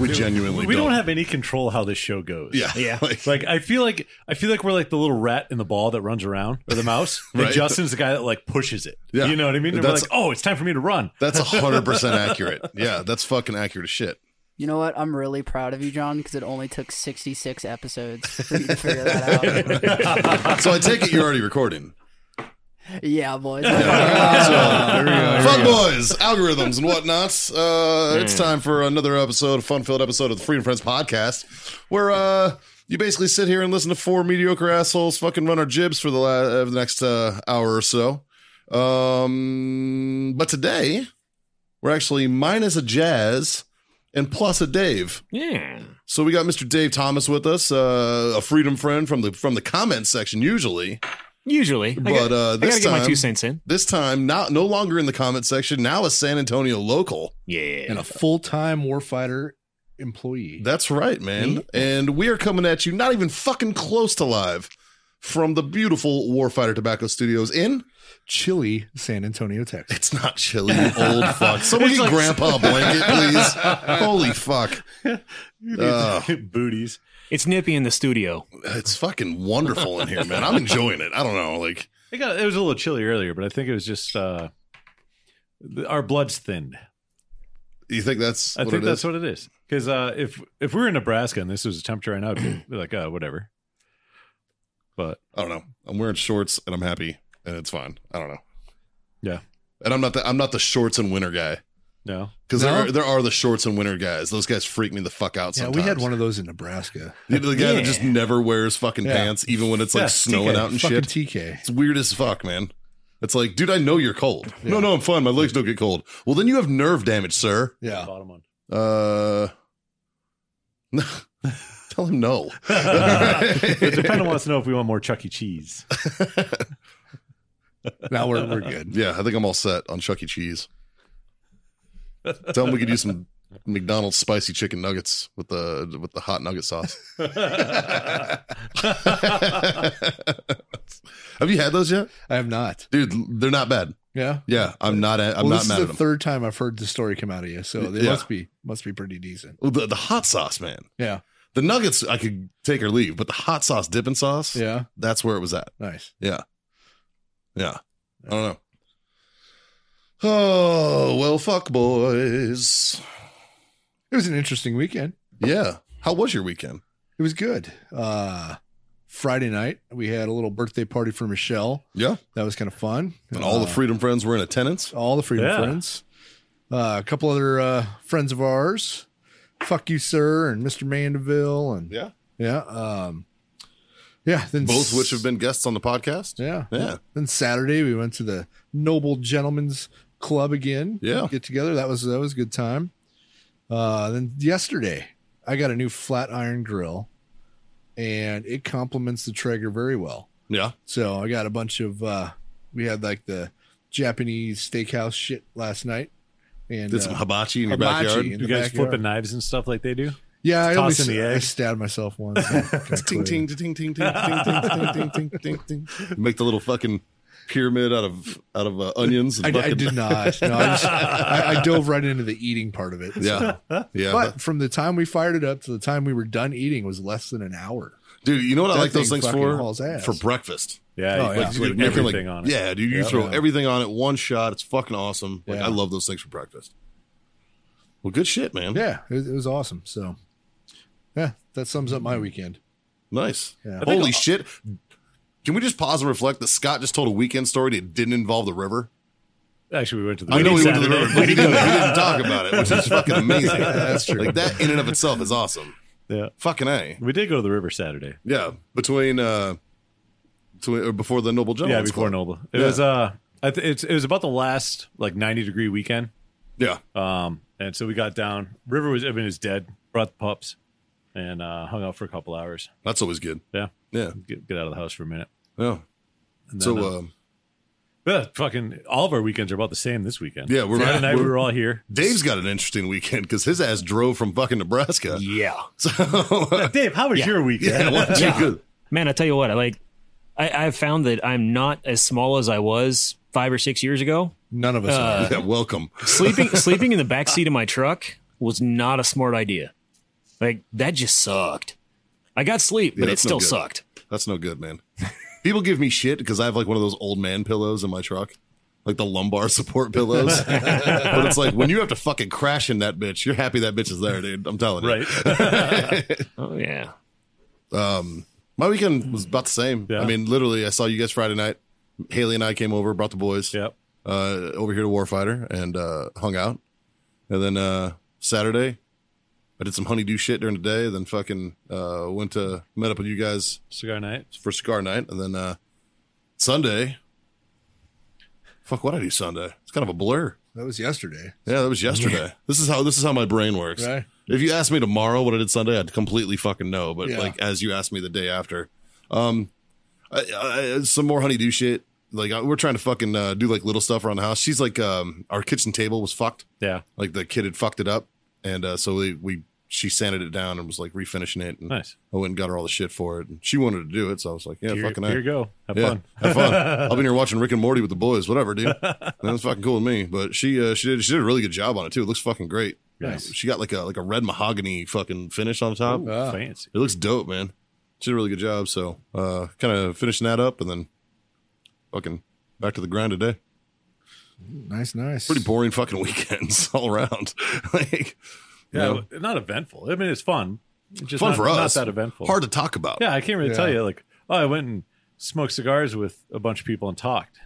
We genuinely we don't, have any control how this show goes. Yeah. Yeah. Like, I feel like I feel like we're like the little rat in the ball that runs around or the mouse. And Right. Justin's the guy that like pushes it. Yeah. You know what I mean? And we're That's- like, oh, it's time for me to run. That's 100% accurate. Yeah, that's fucking accurate as shit. You know what? I'm really proud of you, John, because it only took 66 episodes for you to figure that out. So I take it you're already recording. yeah, boys. Fun boys, algorithms, and whatnots. Uh, It's time for another episode, a fun-filled episode of the Freedom Friends podcast, where uh, you basically sit here and listen to four mediocre assholes fucking run our jibs for the, la- uh, the next uh, hour or so. Um, but today, we're actually minus a Jazz and plus a Dave. Yeah. So we got Mr. Dave Thomas with us, uh, a Freedom Friend from the from the comments section usually. Usually. I But, got- uh, this I gotta get time- my two cents in. This time, not no longer in the comment section, now a San Antonio local. Yeah. and a full time warfighter employee. That's right, man. And we are coming at you not even fucking close to live from the beautiful Warfighter Tobacco Studios in Chilly San Antonio, Texas. it's not chilly, you old fuck. Someone It's get like- grandpa a blanket, please. Holy fuck. Ugh. Booties. It's nippy in the studio. It's fucking wonderful in here, man. I'm enjoying it. I don't know. Like It got it was a little chilly earlier, but I think it was just uh th- our blood's thinned. you think that's I what think it that's is? what it is. Because uh, if if we were in Nebraska and this was the temperature right now, it'd be like, uh, whatever. But I don't know. I'm wearing shorts and I'm happy and it's fine. I don't know. Yeah. And I'm not the I'm not the shorts and winter guy. no. Because there, No? are, there are the shorts and winter guys. Those guys freak me the fuck out. Yeah, Sometimes. we had one of those in Nebraska. You know, the guy that just never wears fucking Yeah. pants, even when it's like Yeah, snowing TK, out and Fucking shit. TK. it's weird as fuck, man. It's like, dude, I know you're cold. No, no, I'm fine. My legs don't get cold. Well, then you have nerve damage, sir. Yeah. Bottom one. Uh, tell him no. It depends wants to know if we want more Chuck E. Cheese. Now we're, we're good. yeah, I think I'm all set on Chuck E. Cheese. tell him we could do some McDonald's spicy chicken nuggets with the with the hot nugget sauce. have you had those yet, I have not. dude? They're not bad. Yeah. Yeah, I'm not. I'm well, not this mad at is the them. third time I've heard the story come out of you, so they Yeah. must be must be pretty decent. Well, the, the hot sauce, man. Yeah, The nuggets I could take or leave, but the hot sauce dipping sauce, yeah, that's where it was at. nice. Yeah. Yeah. I don't know. Oh, well, fuck, boys. It was an interesting weekend. Yeah. How was your weekend? It was good. Uh, Friday night we had a little birthday party for Michelle. Yeah. That was kind of fun. And all the Uh, Freedom Friends were in attendance. all the freedom Yeah. friends uh, a couple other uh, friends of ours fuck you sir and mr mandeville and Yeah. yeah um yeah then Both of which have been guests on the podcast. yeah Yeah. then saturday we went to the noble gentlemen's club again Yeah. get together that was that was a good time uh then yesterday i got a new flat iron grill and it complements the traeger very well Yeah. so I got a bunch of uh we had like the Japanese steakhouse shit last night. And Did some uh, hibachi in your hibachi backyard. in You the guys backyard. flipping knives and stuff like they do? Yeah, I always tossing the I egg. stabbed myself once. Kinda Ting, ting, ting, ting, ting, ting, ting, ting, ting, ting, ting, ting. Make the little fucking pyramid out of out of uh, onions. And I, I fucking- did not. No, I, just, I, I dove right into the eating part of it. Yeah. Yeah. But from the time we fired it up to the time we were done eating was less than an hour. Dude, you know what I That like those thing things fucking for? hauls ass. For breakfast. Yeah, Oh, you yeah. put- You put could make them, like- everything on it. Yeah, dude, you throw Yeah. everything on it, one shot. It's fucking awesome. Like Yeah. I love those things for breakfast. Well, good shit, man. Yeah, it, was- it was awesome. So yeah, that sums up my weekend. Nice. Yeah. I think Holy a- shit. Can we just pause and reflect that Scott just told a weekend story that didn't involve the river? Actually, we went to the I know we went to the Saturday. river, but he didn't, he didn't talk about it, which is fucking amazing. That's true. Like that in and of itself is awesome. Yeah. Fucking A. We did go to the river Saturday. Yeah. Between uh between, or before the Noble Gentleman. yeah, before Noble. It Yeah. was uh, I th- it's it was about the last like ninety degree weekend. Yeah. Um, and so we got down. River was I mean, it was dead. Brought the pups, and uh, hung out for a couple hours. That's always good. Yeah, Yeah. get, get out of the house for a minute. Yeah. And So, uh, um, yeah, fucking all of our weekends are about the same this weekend. Yeah, we're- Friday night. We we're- were all here. Dave's got an interesting weekend because his ass drove from fucking Nebraska. Yeah. So, Dave, how was Yeah. your weekend? yeah, why don't you- Yeah. good. Man, I tell you what, I like I, I've found that I'm not as small as I was five or six years ago. None of us Uh, are. Yeah, welcome. Sleeping sleeping in the back seat of my truck was not a smart idea. Like that just sucked. I got sleep, but it that's no still good. sucked. That's no good, man. People give me shit because I have like one of those old man pillows in my truck, like the lumbar support pillows. but it's like when you have to fucking crash in that bitch, you're happy that bitch is there, dude. I'm telling you. Right. Oh yeah. My weekend was about the same. Yeah. I mean, literally, I saw you guys Friday night. Haley and I came over, brought the boys yep. uh, over here to Warfighter and uh, hung out. And then uh, Saturday, I did some honeydew shit during the day. Then fucking uh, went to met up with you guys Cigar night. for cigar night, and then uh, Sunday. Fuck, what I do Sunday? It's kind of a blur. That was yesterday. Yeah, that was yesterday. This is how this is how my brain works. Right. If you asked me tomorrow what I did Sunday, I'd completely fucking know. But Yeah. like as you asked me the day after, um, I, I, I- some more honeydew shit. Like I, we're trying to fucking uh, do like little stuff around the house. She's like, um, our kitchen table was fucked. Yeah. Like the kid had fucked it up, and uh, so we, we she sanded it down and was like refinishing it. And Nice. I went and got her all the shit for it. And she wanted to do it, so I was like, yeah, here, fucking here A. you go. Have Yeah, fun. have fun. I've been here watching Rick and Morty with the boys. Whatever, dude. That was fucking cool with me. But she uh, she did she did a really good job on it too. It looks fucking great. Nice. She got like a like a red mahogany fucking finish on top. Ah. Fancy. It looks dope, man. She did a really good job. So uh, kind of finishing that up and then fucking back to the grind today. Nice, nice. Pretty boring fucking weekends all around. like you Yeah, know, w- not eventful. I mean, it's fun. It's just fun not, for us. Not that eventful. Hard to talk about. Yeah, I can't really tell Yeah. you. Like, oh, I went and smoked cigars with a bunch of people and talked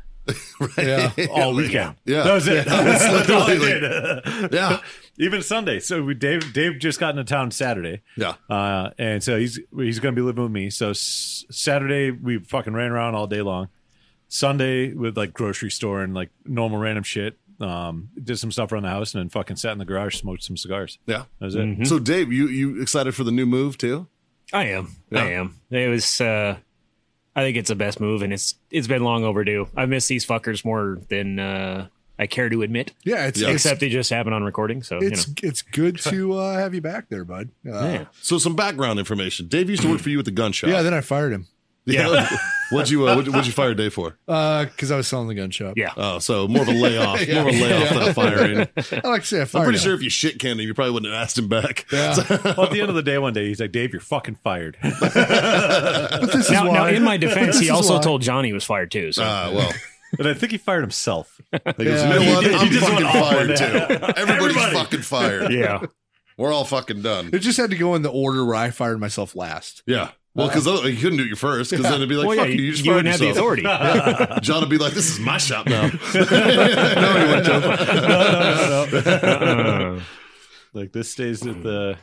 Yeah. all weekend. yeah. that was it. That's all I literally, did. Yeah. Even Sunday. So we Dave Dave just got into town Saturday. Yeah. Uh, and so he's he's gonna be living with me. So s- Saturday we fucking ran around all day long. Sunday with like grocery store and like normal random shit. Um, did some stuff around the house and then fucking sat in the garage, smoked some cigars. Yeah. That was it. So Dave, you you excited for the new move too? I am. Yeah. I am. It was. uh I think it's the best move, and it's it's been long overdue. I miss these fuckers more than uh I care to admit. Yeah, it's Yeah. it's Except they just happen on recording, so you know. it's, it's good to uh, have you back there, bud. Uh, Yeah. So some background information. Dave used to work for you at the gun shop. Yeah, then I fired him Yeah. what'd you uh, what'd, what'd you fire Dave for? because uh, I was selling the gun shop. Yeah. Oh, so more of a layoff, more of a layoff than a firing. I like to say I fired I'm pretty him. sure if you shit canned him, you probably wouldn't have asked him back. Yeah. Well, at the end of the day, one day he's like, "Dave, you're fucking fired." but this Now, is now, why. in my defense, he is also why. told Johnny he was fired too. So Ah, well, and I think he fired himself. He goes, you Yeah. know You what? did- you I'm just fucking went off on fired too. that. Everybody's Everybody. fucking fired. yeah, We're all fucking done. it just had to go in the order where I fired myself last. Yeah. Well, because you couldn't do it first, because then it'd be like, well, yeah, fuck you, you, you just you fired wouldn't have the yourself. authority. John would be like, this is my shop now. Uh, Like this stays at the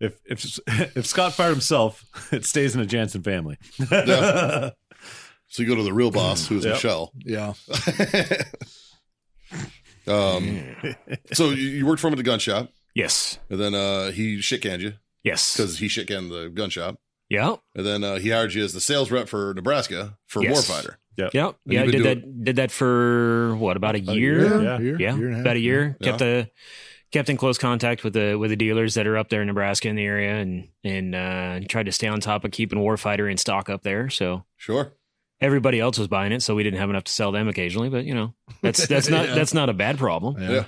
if if if Scott fired himself, it stays in the Jansen family. so you go to the real boss, who's Yep. Michelle. Yeah. Um, so you, you worked for him at the gun shop, yes, and then uh, he shit canned you yes, because he shit canned the gun shop. yeah, And then uh, he hired you as the sales rep for Nebraska for Yes. Warfighter. yeah, yeah. I been did doing- that. Did that for what about a year? Yeah. Yeah. Year, yeah, year and a half. about a year. Yeah. Kept a kept in close contact with the with the dealers that are up there in Nebraska in the area, and and uh, tried to stay on top of keeping Warfighter in stock up there. So Sure. everybody else was buying it, so we didn't have enough to sell them occasionally. But you know, that's that's not Yeah. that's not a bad problem. Yeah. Yeah.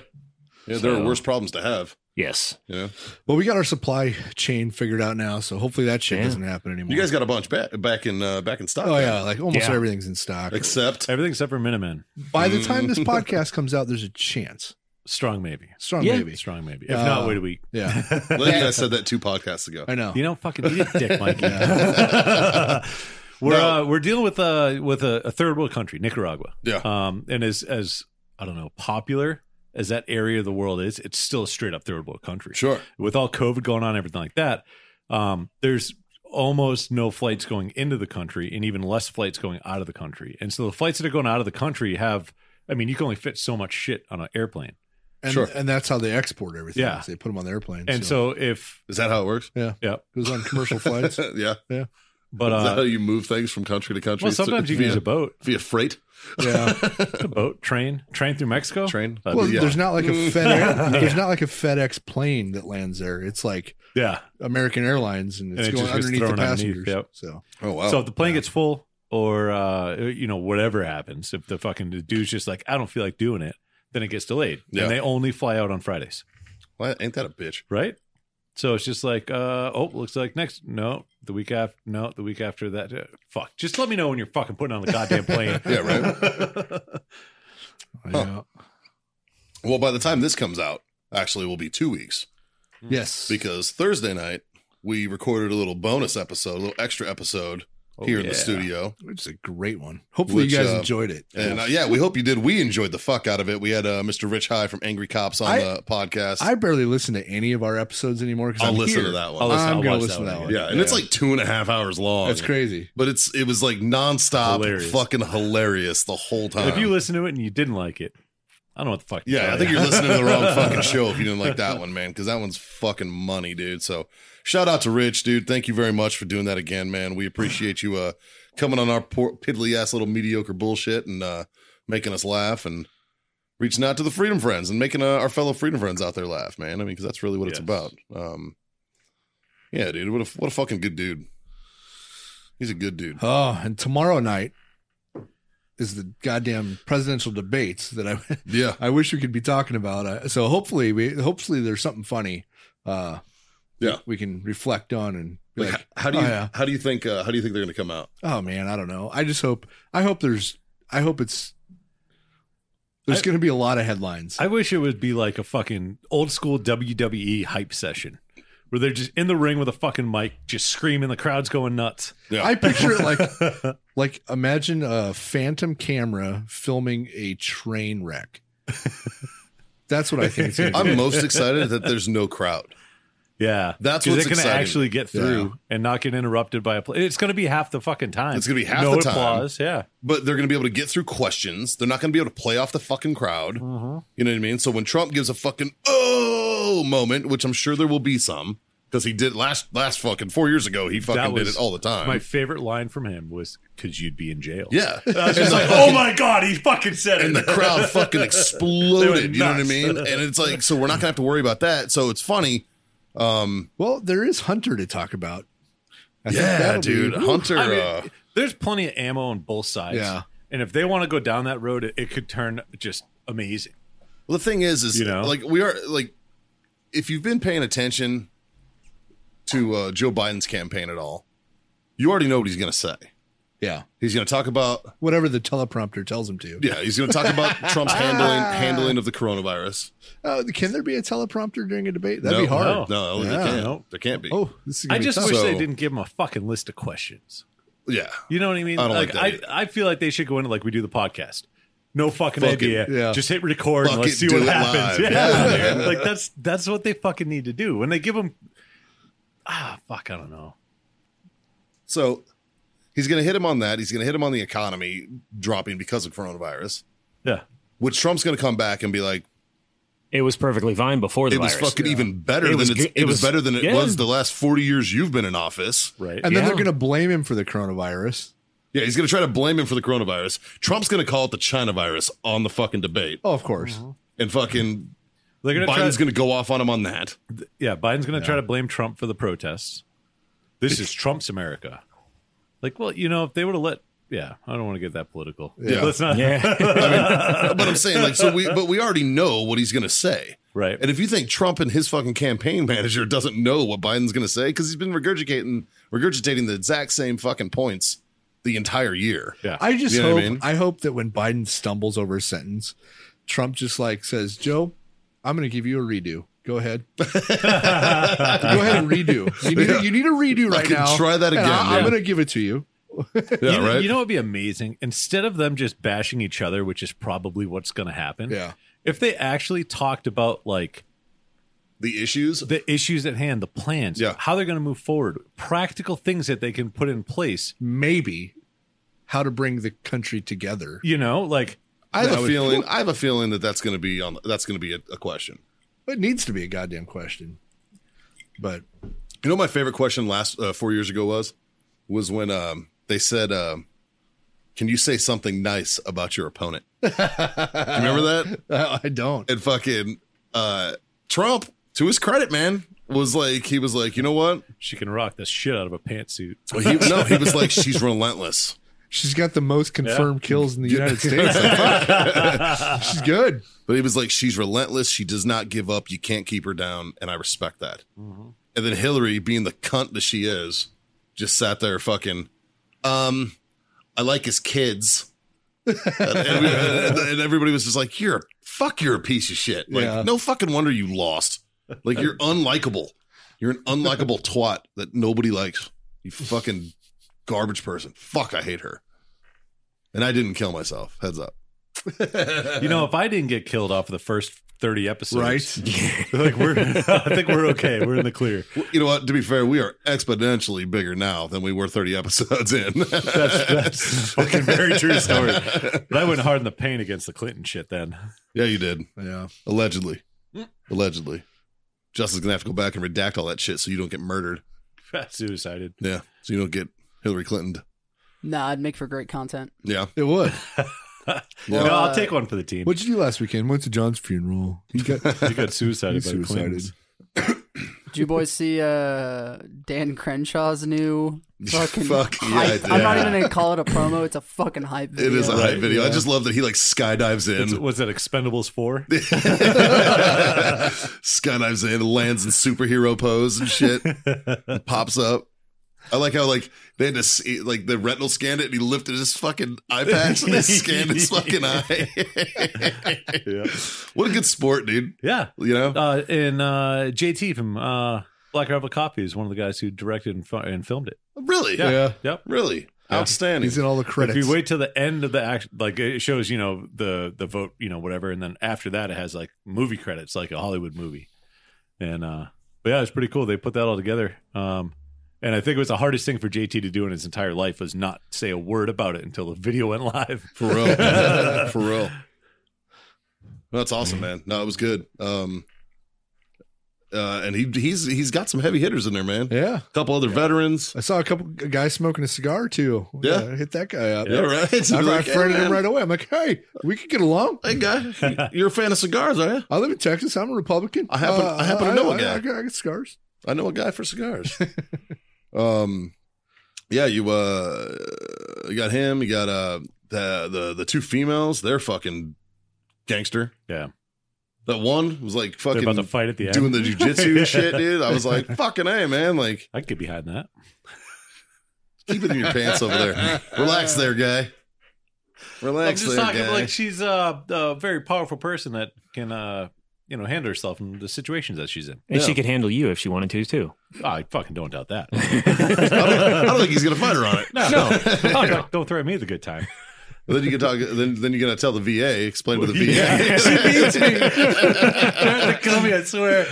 Yeah, there are So- worse problems to have. Yes, You know, Well, we got our supply chain figured out now, so hopefully that shit Yeah. doesn't happen anymore. you guys got a bunch back back in uh, back in stock. Oh now. yeah, like almost Yeah. everything's in stock. Except Everything except for Miniman. By the time this podcast comes out, there's a chance. Strong maybe. Strong Yeah. maybe. Strong maybe. If not, Uh, wait a week. Yeah. Lenny and I said that two podcasts ago. I know. You don't fucking eat a dick, Mikey. we're No. uh, we're dealing with uh with a, a third world country, Nicaragua. Yeah. Um, and as as I don't know, popular as that area of the world is, it's still a straight up third world country. Sure. with all COVID going on, everything like that, um, there's almost no flights going into the country and even less flights going out of the country. And so the flights that are going out of the country have, I mean, you can only fit so much shit on an airplane. And, Sure. and that's how they export everything. Yeah. is They put them on the airplanes. And so if Is that how it works? yeah, it was on commercial flights. yeah. but Is that how uh, you move things from country to country? well, sometimes you can via, use a boat, via freight Yeah. a boat, train, train through Mexico, train. That'd Well, yeah. there's not like a Mm. FedEx. There's not like a FedEx plane that lands there. It's like yeah. American Airlines, and it's it going just gets underneath the thrown underneath, passengers. yep. So Oh wow. So if the plane gets full, or uh, you know whatever happens, if the fucking dude's just like, I don't feel like doing it, then it gets delayed, Yeah. and they only fly out on Fridays, Why- ain't that a bitch? right? So it's just like, uh, oh, looks like next, no, the week after, no, the week after that, Uh, fuck. Just let me know when you're fucking putting on the goddamn plane. Yeah, right. yeah. well, by the time this comes out, actually, will be two weeks yes, because Thursday night we recorded a little bonus episode, a little extra episode here in Oh, yeah. the studio. it's a great one. Hopefully, Which, you guys uh, enjoyed it. And uh, yeah, we hope you did. We enjoyed the fuck out of it. We had uh, Mr. Rich High from Angry Cops on I- the podcast. I barely listen to any of our episodes anymore because I'll I'm listen here. to that one. I'll listen- I'm I'll gonna watch listen that to that one one. yeah, and it's like two and a half hours long. That's crazy. But it's it was like nonstop, Hilarious. fucking hilarious the whole time. if you listen to it and you didn't like it, I don't know what the fuck. to Yeah, tell I think you. you're listening to the wrong fucking show if you didn't like that one, man, because that one's fucking money, dude. So shout out to Rich, dude. Thank you very much for doing that again, man. We appreciate you uh coming on our poor, piddly ass little mediocre bullshit and uh making us laugh and reaching out to the freedom friends and making uh, our fellow freedom friends out there laugh, man. I mean, because that's really what it's Yes. about. Um Yeah, dude. What a what a fucking good dude. He's a good dude. Oh, and tomorrow night is the goddamn presidential debates that I Yeah. I wish we could be talking about. Uh, so hopefully we hopefully there's something funny. Uh, Yeah. we can reflect on and be Like, like, h- how do oh, you yeah. how do you think uh, how do you think they're gonna come out? oh man, I don't know. I just hope I hope there's I hope it's there's I- going to be a lot of headlines. I wish it would be like a fucking old school WWE hype session where they're just in the ring with a fucking mic, just screaming, the crowd's going nuts. Yeah. I picture it like like imagine a phantom camera filming a train wreck. That's what I think it's going to be. I'm most excited that there's no crowd. Yeah, That's 'Cause what's it can exciting. actually get through and not get interrupted by a. Pl- it's going to be half the fucking time. It's gonna be half no the time. applause. Yeah, but they're going to be able to get through questions. They're not going to be able to play off the fucking crowd. Mm-hmm. You know what I mean? So when Trump gives a fucking oh moment, which I'm sure there will be some, because he did last last fucking four years ago, he fucking did it all the time. My favorite line from him was "Cause you'd be in jail." yeah, I was just like, "Oh my god, he fucking said it." and the crowd fucking exploded. You know what I nuts. mean? And it's like, so we're not going to have to worry about that. So it's funny. well, there is Hunter to talk about. I think Yeah, that'll be- dude, Hunter. I mean, uh, there's plenty of ammo on both sides. Yeah. and if they want to go down that road, it, it could turn just amazing. Well, the thing is, is You know? like we are like, if you've been paying attention to uh, Joe Biden's campaign at all, you already know what he's going to say. Yeah. He's going to talk about Whatever the teleprompter tells him to. yeah, he's going to talk about Trump's handling handling of the coronavirus. Uh, can there be a teleprompter during a debate? That'd no, be hard. No, there Yeah. can't. No. There can't be. Oh, this is gonna I be just tough. wish So- they didn't give him a fucking list of questions. Yeah, You know what I mean? I don't like that either. I, I feel like they should go into like we do the podcast. No fucking Fuck it. idea. Yeah. Just hit record Fuck and let's it, see do what it happens. live. Yeah, Yeah. man. like that's that's what they fucking need to do. When they give them ah fuck, I don't know. so he's going to hit him on that. He's going to hit him on the economy dropping because of coronavirus. Yeah. Which Trump's going to come back and be like, It was perfectly fine before the it was virus. fucking even better It than was it's, good- it, it was, was- better than it yeah. was the last forty years you've been in office. Right. And then Yeah. they're going to blame him for the coronavirus. Yeah, he's going to try to blame him for the coronavirus. Trump's going to call it the China virus on the fucking debate. Oh, of course. Mm-hmm. And fucking They're gonna try, Biden's going to go off on him on that. Yeah, Biden's gonna try to blame Trump for the protests. This is Trump's America. Like, well, you know, if they would have let yeah, I don't want to get that political. Yeah. Let's not Yeah. But I'm saying like so we but we already know what he's going to say. Right. And if you think Trump and his fucking campaign manager doesn't know what Biden's going to say cuz he's been regurgitating regurgitating the exact same fucking points the entire year. Yeah. I just You know hope what I I, mean? hope that when Biden stumbles over a sentence, Trump just like says, "Joe, I'm going to give you a redo. Go ahead. Go ahead and redo. You need, a, you need a redo right Fucking now. try that and again, I, man. am going to give it to you. Yeah, you, know, right? you know what would be amazing? Instead of them just bashing each other, which is probably what's going to happen. Yeah. If they actually talked about like the issues the issues at hand, the plans, Yeah. how they're going to move forward, practical things that they can put in place, Maybe how to bring the country together. you know, like I have That a would- feeling. I have a feeling that that's going to be on. That's going to be a, a question. It needs to be a goddamn question. But You know, what my favorite question last uh, four years ago was was when um, they said, um, "Can you say something nice about your opponent?" Do you remember that? I don't. And fucking uh, Trump, to his credit, man, was like he was like, you know what? She can rock the shit out of a pantsuit. Well, he, no, he was like, she's relentless. She's got the most confirmed kills in the United States. She's good. But he was like, she's relentless. She does not give up. You can't keep her down, and I respect that. And then Hillary, being the cunt that she is, just sat there fucking. Um, I like his kids. and, and we- and- and everybody was just like, "You're a fuck. You're a piece of shit. Like, Yeah. no fucking wonder you lost. Like, you're unlikable. You're an unlikable twat that nobody likes. You fucking garbage person. Fuck, I hate her. And I didn't kill myself. Heads up. You know, if I didn't get killed off of the first 30 episodes, Right? like we're, I think we're okay. We're in the clear. You know what? To be fair, we are exponentially bigger now than we were 30 episodes in. That's fucking very true story. But I went hard in the paint against the Clinton shit then. yeah, you did. Yeah. Allegedly. Allegedly. Justin's going to have to go back and redact all that shit so you don't get murdered. Suicided. Yeah. So you don't get Hillary Clinton. Nah, I'd make for great content. Yeah. It would. Yeah. no, I'll take one for the team. What'd you do last weekend? Went to John's funeral. He got you got suicided by the Suicided. Clintons. Did you boys see uh, Dan Crenshaw's new fucking? Fuck, yeah, I hype? did. I'm not Yeah. even gonna call it a promo. It's a fucking hype. It Video. is a hype. hype video. I just love that he like skydives It's- in, Was that Expendables 4? skydives in, lands in superhero pose and shit, and pops up. I like how like they had to see, like the retinal scanned it and he lifted his fucking eye patch and they scanned his fucking eye. yeah. What a good sport, dude. Yeah. You know? Uh, and uh, JT from uh, Black Rebel Copy is one of the guys who directed and, fu- and filmed it. really? Yeah. Yeah. Yep. Really? Outstanding. He's in all the credits. If you wait till the end of the action, like it shows, you know, the the vote, you know, whatever, and then after that, it has like movie credits, like a Hollywood movie, and uh, but yeah, it's pretty cool. They put that all together, um, and I think it was the hardest thing for JT to do in his entire life was not say a word about it until the video went live. For real. For real. That's awesome, man. No, it was good. Um uh, and he he's he's got some heavy hitters in there, man. yeah. A couple other veterans. I saw a couple g- guys smoking a cigar too. Yeah. hit that guy up. Yeah, right. I, I Like, hey, friended man. him right away. I'm like, hey, we could get along. Hey guy, you're a fan of cigars, are you? I live in Texas. I'm a Republican. Uh, I happen- I happen to know a I, guy. I, got- I got scars. I know a guy for cigars. um, yeah, you uh, you got him. You got uh the the the two females. They're fucking gangster. Yeah, That one was like they're fucking about to fight at the end. doing the jujitsu shit, dude. I was like, fucking hey, man. Like, I could get behind that. keep it in your pants over there. Relax, there, guy. Relax, there, guy. she's a, a very powerful person that can, uh, you know, handle herself in the situations that she's in. And Yeah. she could handle you if she wanted to too. I fucking don't doubt that. I, don't, I don't think he's gonna fight her on it. No, no, don't, don't throw me the good time. Then you can talk. Then then you're gonna tell the VA. Explain to the VA. kill me, I swear.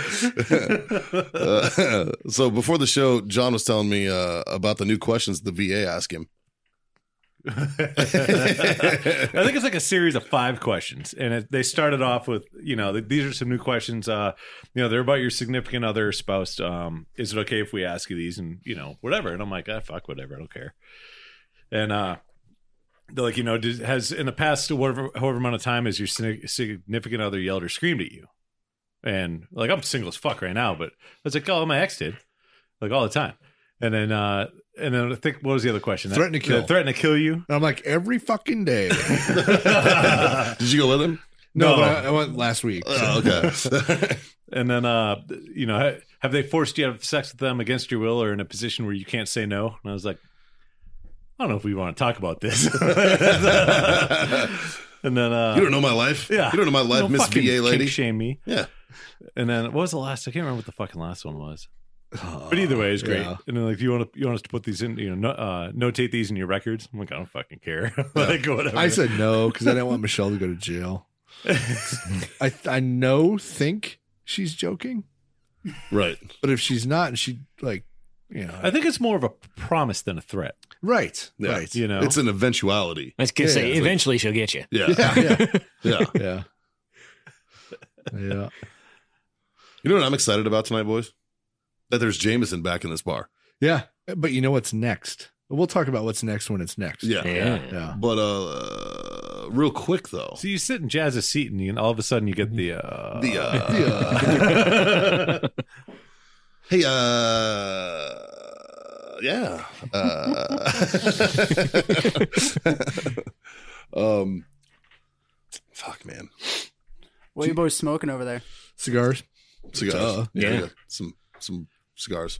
Uh, so before the show, John was telling me uh, about the new questions the VA asked him. I think it's like a series of five questions, and it, they started off with, you know, th- these are some new questions. Uh, you know, they're about your significant other, spouse. Um, is it okay if we ask you these, and you know, whatever? And I'm like, ah, fuck, whatever, I don't care. And uh, they're like, you know, does, has in the past whatever, however amount of time has your sig- significant other yelled or screamed at you? And like, I'm single as fuck right now, but I was like, oh, my ex did, like all the time. And then, uh, and then I think what was the other question? Threaten to kill. Threaten to kill you. And I'm like, every fucking day. Did you go with him? No. No, But I, I went last week. Oh, okay. And then, uh, you know, ha- have they forced you to have sex with them against your will or in a position where you can't say no? And I was like, I don't know if we want to talk about this. and then, uh, you don't know my life. yeah, You don't know my life, Don't Miss fucking VA lady. kink Shame me. Yeah. And then, what was the last? I can't remember what the fucking last one was. Oh, But either way, it's great. yeah. And then, like, you want to you want us to put these in, you know, no, uh, notate these in your records? I'm like, I don't fucking care. like, whatever. I said no because I didn't want Michelle to go to jail. I I know think she's joking, Right. but if she's not and she like You know, I think it's more of a promise than a threat. right, Yeah. right. You know, It's an eventuality. I was gonna Yeah, say, it's like- eventually she'll get you. Yeah. Yeah, yeah, Yeah. yeah, yeah, You know what I'm excited about tonight, boys? That there's Jameson back in this bar. yeah. But you know what's next? We'll talk about what's next when it's next. Yeah. Yeah. yeah. But uh real quick though. so you sit in Jazz's seat, and you, all of a sudden you get the uh, the uh, Hey, uh, yeah. Uh, um, fuck, man. What are you boys smoking over there? Cigars. Cigars. Duh. Yeah. Yeah. yeah. Some, some cigars.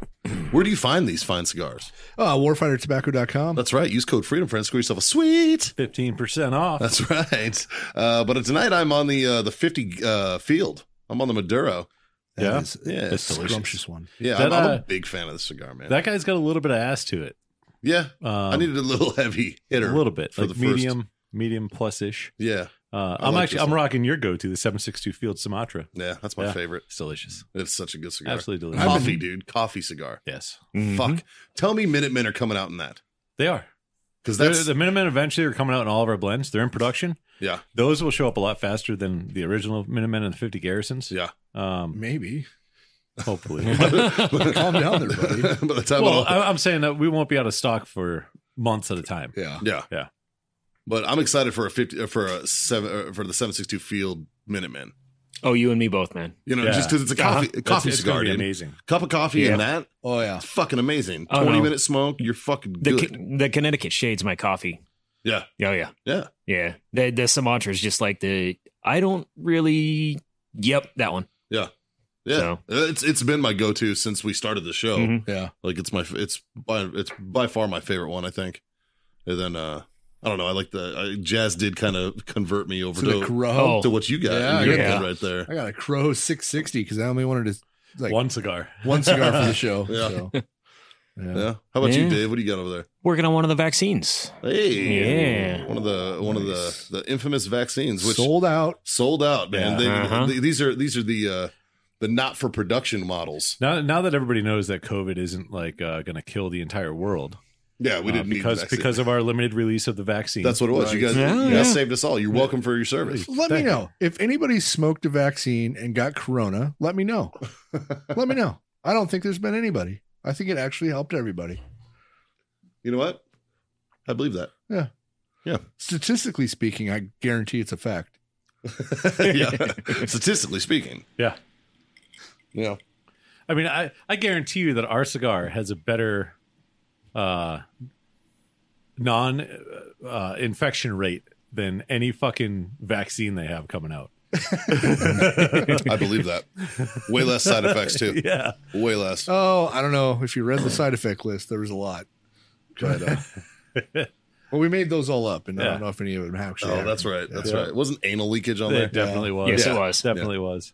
Where do you find these fine cigars? Oh, warfightertobacco.com. That's right. Use code Freedom Friends. Score yourself a sweet. fifteen percent off. That's right. Uh, but tonight I'm on the, uh, the 50, uh, field. I'm on the Maduro. Yeah. is Yeah, a it's delicious. scrumptious one. Yeah. That, I'm, I'm uh, a big fan of this cigar, man. That guy's got a little bit of ass to it. yeah. Um, I needed a little heavy hitter. a little bit, for like the first- medium, medium plus ish. Yeah. Uh, I I'm like actually this I'm one. rocking your go to the 762 Field Sumatra. Yeah. That's my Yeah. favorite. It's delicious, It's such a good cigar. absolutely Mm-hmm. delicious. Coffee, dude. Coffee cigar. Yes, Fuck. Tell me Minutemen are coming out in that. they are. Because They're- that's the Minutemen eventually are coming out in all of our blends. They're in production. yeah. Those will show up a lot faster than the original Minutemen and the 50 Garrisons. Yeah. Um, Maybe. hopefully. Calm down there, buddy. By the time well, I'm- I, I'm saying that we won't be out of stock for months at a time. Yeah. yeah. yeah. But I'm excited for a 50 uh, for a 7 uh, for the 762 field Minutemen. Oh, you and me both, man. You know, Yeah. just cuz it's a Uh-huh. coffee a That's- coffee it's cigar. gonna be dude. amazing. Cup of coffee Yeah. and that Oh yeah. it's fucking amazing. Oh, 20 no. minute smoke, you're fucking The, good. Con- the Connecticut shades my coffee. yeah. Oh yeah, Yeah. yeah. The the Sumatra is just like the. I don't really. Yep, that one. Yeah. So. Uh, It's it's been my go-to since we started the show. Mm-hmm. Mhm. Yeah. Like it's my f- it's by it's by far my favorite one, I think. And then uh I don't know, I like the uh, Jazz did kind of convert me over To the to Corojo. Oh. to what you got. Yeah, you got yeah. that right there. I got a Crow 660 because I only wanted to like one, One cigar. cigar for the show. Yeah. so. Yeah. Yeah. How about you, Yeah. Dave? What do you got over there? Working on one of the vaccines. Hey, Yeah. one of the one Nice. of the the infamous vaccines, which sold, Sold out. out, man. Yeah. They- Uh-huh. they- these are these are the uh, the not for production models. Now, now that everybody knows that COVID isn't like uh, going to kill the entire world, Yeah, we uh, didn't because need the vaccine. because of our limited release of the vaccine. that's what it was. You Right. guys, Yeah, you yeah. guys saved us all. You're welcome for your service. Let me Thank know if anybody smoked a vaccine and got corona. Let me know. let me know. I don't think there's been anybody. I think it actually helped everybody. You know what? I believe that. Statistically speaking, I guarantee it's a fact. yeah, statistically speaking. Yeah. Yeah. I mean, I, I guarantee you that our cigar has a better uh, non uh, infection rate than any fucking vaccine they have coming out. I believe that. Way less side effects too. Yeah. Way less. Oh, I don't know if you read the side effect list. There was a lot. But, uh, well, we made those all up, and I Yeah. don't know if any of them actually. Oh, happened. that's right. That's Yeah. right. Wasn't anal leakage on there? It definitely was. Yes, Yeah. it was. Definitely was.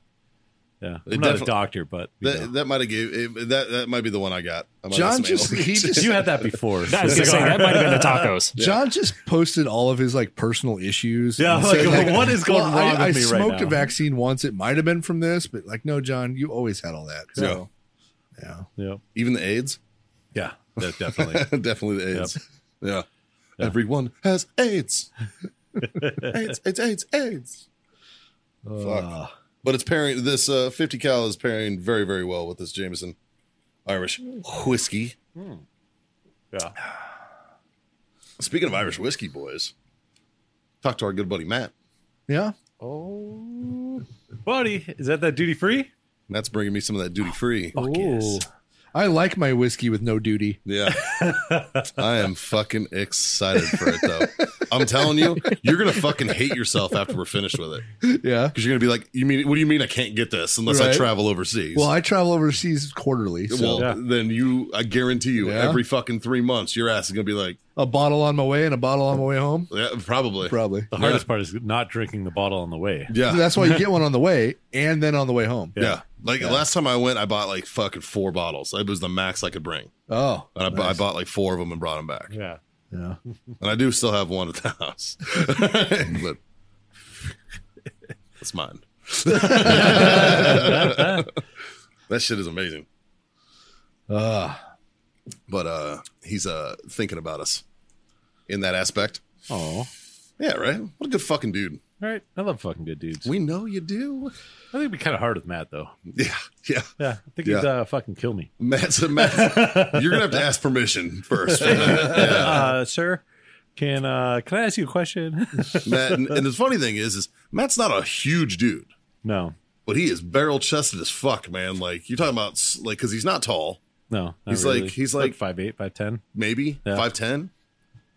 Yeah. I'm It not defi- a doctor, but you, That, know. that might have gave it, that that might be the one I got. I might have John some just anal he leakage. just you had that before. I was gonna say that might have been the tacos. John just posted all of his like personal issues. Yeah, and like, said, what is going well, wrong I, with I me right smoked a now? vaccine once. It might have been from this, but like, no, John, you always had all that. So, yeah. Yeah. even the AIDS. Yeah. that- Definitely. Definitely the AIDS. Yeah. Everyone has AIDS. AIDS, AIDS, AIDS, AIDS. Fuck. But it's pairing this uh, 50 cal is pairing very, very well with this Jameson Irish whiskey. Yeah. Speaking of Irish whiskey, boys, talk to our good buddy Matt. Yeah. Buddy, is that that duty free? Matt's bringing me some of that duty free. Fuck yes. I like my whiskey with no duty. Yeah. I am fucking excited for it though. I'm telling you, you're gonna fucking hate yourself after we're finished with it. Yeah. Because you're gonna be like, you mean what do you mean I can't get this unless I Right. travel overseas? Well, I travel overseas quarterly. So well Yeah. then you I guarantee you Yeah. every fucking three months your ass is gonna be like, a bottle on my way and a bottle on my way home. yeah, probably. Probably. The hardest part is not drinking the bottle on the way. Yeah. That's why you get one on the way and then on the way home. yeah. Like last time I went, I bought like fucking four bottles. It was the max I could bring. Oh. And I, bu- I bought like four of them and brought them back. Yeah. Yeah. And I do still have one at the house. but that's mine. that shit is amazing. Uh, Ah. but uh, he's uh, thinking about us in that aspect. Oh, Yeah, right. What a good fucking dude. right. I love fucking good dudes. We know you do. I think it'd be kind of hard with Matt though. Yeah, yeah. Yeah, I think he'd Yeah. uh, fucking kill me. Matt's, Matt's you're gonna have to ask permission first. Uh, sir, can uh, can I ask you a question? Matt, and, and the funny thing is, is Matt's not a huge dude, no, but he is barrel chested as fuck, man. Like you're talking about, s- like because he's not tall, no. not He's like- really. he's like- five eight, five ten. maybe Yeah. five ten,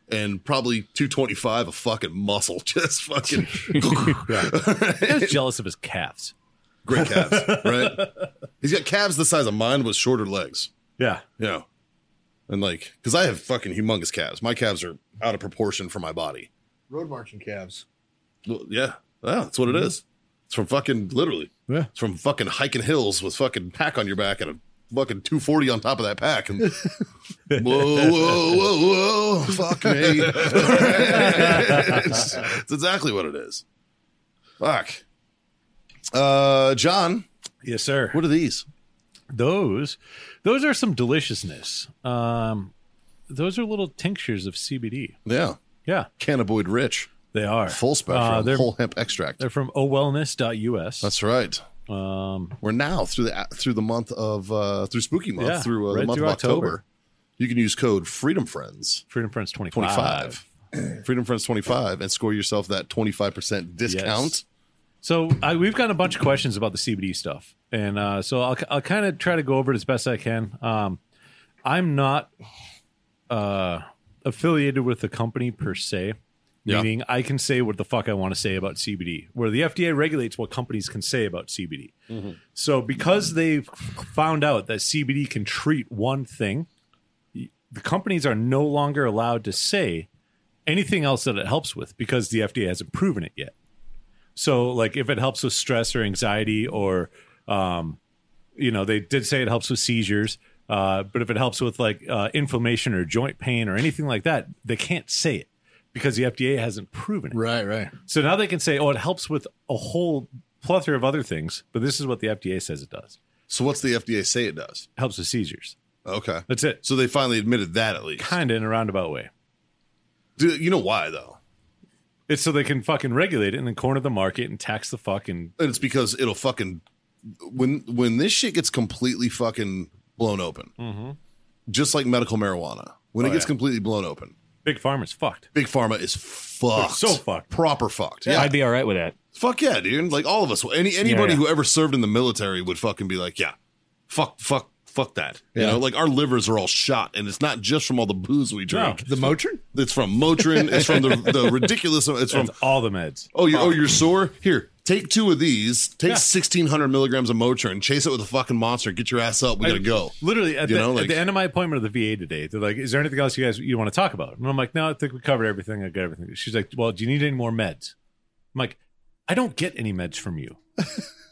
and probably two twenty five. A fucking muscle, just fucking I was jealous of his calves. great calves, right? He's got calves the size of mine, but shorter legs. Yeah, Yeah. And like, because I have fucking humongous calves. My calves are out of proportion for my body. Road marching calves. Mm-hmm. Well, yeah. Yeah, that's what it is. It's from fucking literally. Yeah. It's from fucking hiking hills with fucking pack on your back and a fucking 240 on top of that pack. And whoa, whoa, whoa, whoa. Fuck me. it's, it's exactly what it is. Fuck. Uh, John, yes, sir. what are these? those those are some deliciousness um those are little tinctures of cbd Yeah. yeah Cannaboid Rich. they are Full spectrum. Uh, they're, whole hemp extract. they're from owellness.us That's right. um We're now through the through the month of uh, through spooky month Yeah, through uh, the right month through of October. October. You can use code Freedom Friends freedom friends 25 twenty five, Freedom Friends twenty five, and score yourself that twenty five percent discount. so I, we've gotten a bunch of questions about the cbd stuff and uh so i'll, I'll kind of try to go over it as best i can um i'm not uh affiliated with the company per se Yeah. meaning I can say what the fuck I want to say about CBD, where the FDA regulates what companies can say about CBD. So because they found out that CBD can treat one thing, the companies are no longer allowed to say anything else that it helps with because the FDA hasn't proven it yet. So like if it helps with stress or anxiety or um you know they did say it helps with seizures uh but if it helps with like uh inflammation or joint pain or anything like that they can't say it because the FDA hasn't proven it. Right, right. So now they can say oh it helps with a whole plethora of other things but this is what the FDA says it does. So what's the FDA say it does? It helps with seizures. Okay, That's it. so they finally admitted that at least. Kind of in a roundabout way. Do, you know why though? It's so they can fucking regulate it and then corner the market and tax the fucking And it's because it'll fucking when when this shit gets completely fucking blown open, just like medical marijuana. When it Mm-hmm. Oh, gets yeah. completely blown open, big farmers fucked. big pharma is fucked. so fucked. Proper fucked. Yeah. I'd be all right with that. Fuck yeah, dude. Like all of us. Any anybody yeah. who ever served in the military would fucking be like, yeah, fuck, fuck, fuck that. You Yeah. know, like our livers are all shot, and it's not just from all the booze we drink. The Motrin? It's from Motrin. it's from the, the ridiculous. It's from That's all the meds. oh you oh you're sore here. Take two of these. Take sixteen hundred milligrams of Motrin. Chase it with a fucking monster. Get your ass up. We gotta go. Literally, at, You the, know, at like- the end of my appointment of the VA today, they're like, "Is there anything else you guys you want to talk about?" And I'm like, "No, I think we covered everything. I got everything." She's like, "Well, do you need any more meds?" I'm like, "I don't get any meds from you.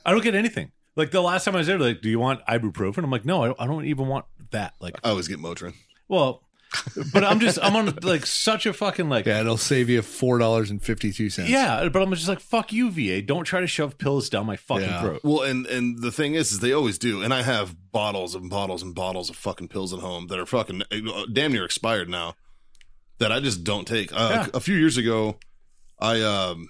I don't get anything." Like the last time I was there, they're like, "Do you want ibuprofen?" I'm like, "No, I, I don't even want that." Like, I always get Motrin. well, but I'm just I'm on like such a fucking like Yeah, it'll save you four dollars and fifty two cents. yeah, but I'm just like fuck you, VA. Don't try to shove pills down my fucking Yeah. throat. Well, and and the thing is, is they always do. And I have bottles and bottles and bottles of fucking pills at home that are fucking uh, damn near expired now that I just don't take. Uh, Yeah. A few years ago, I um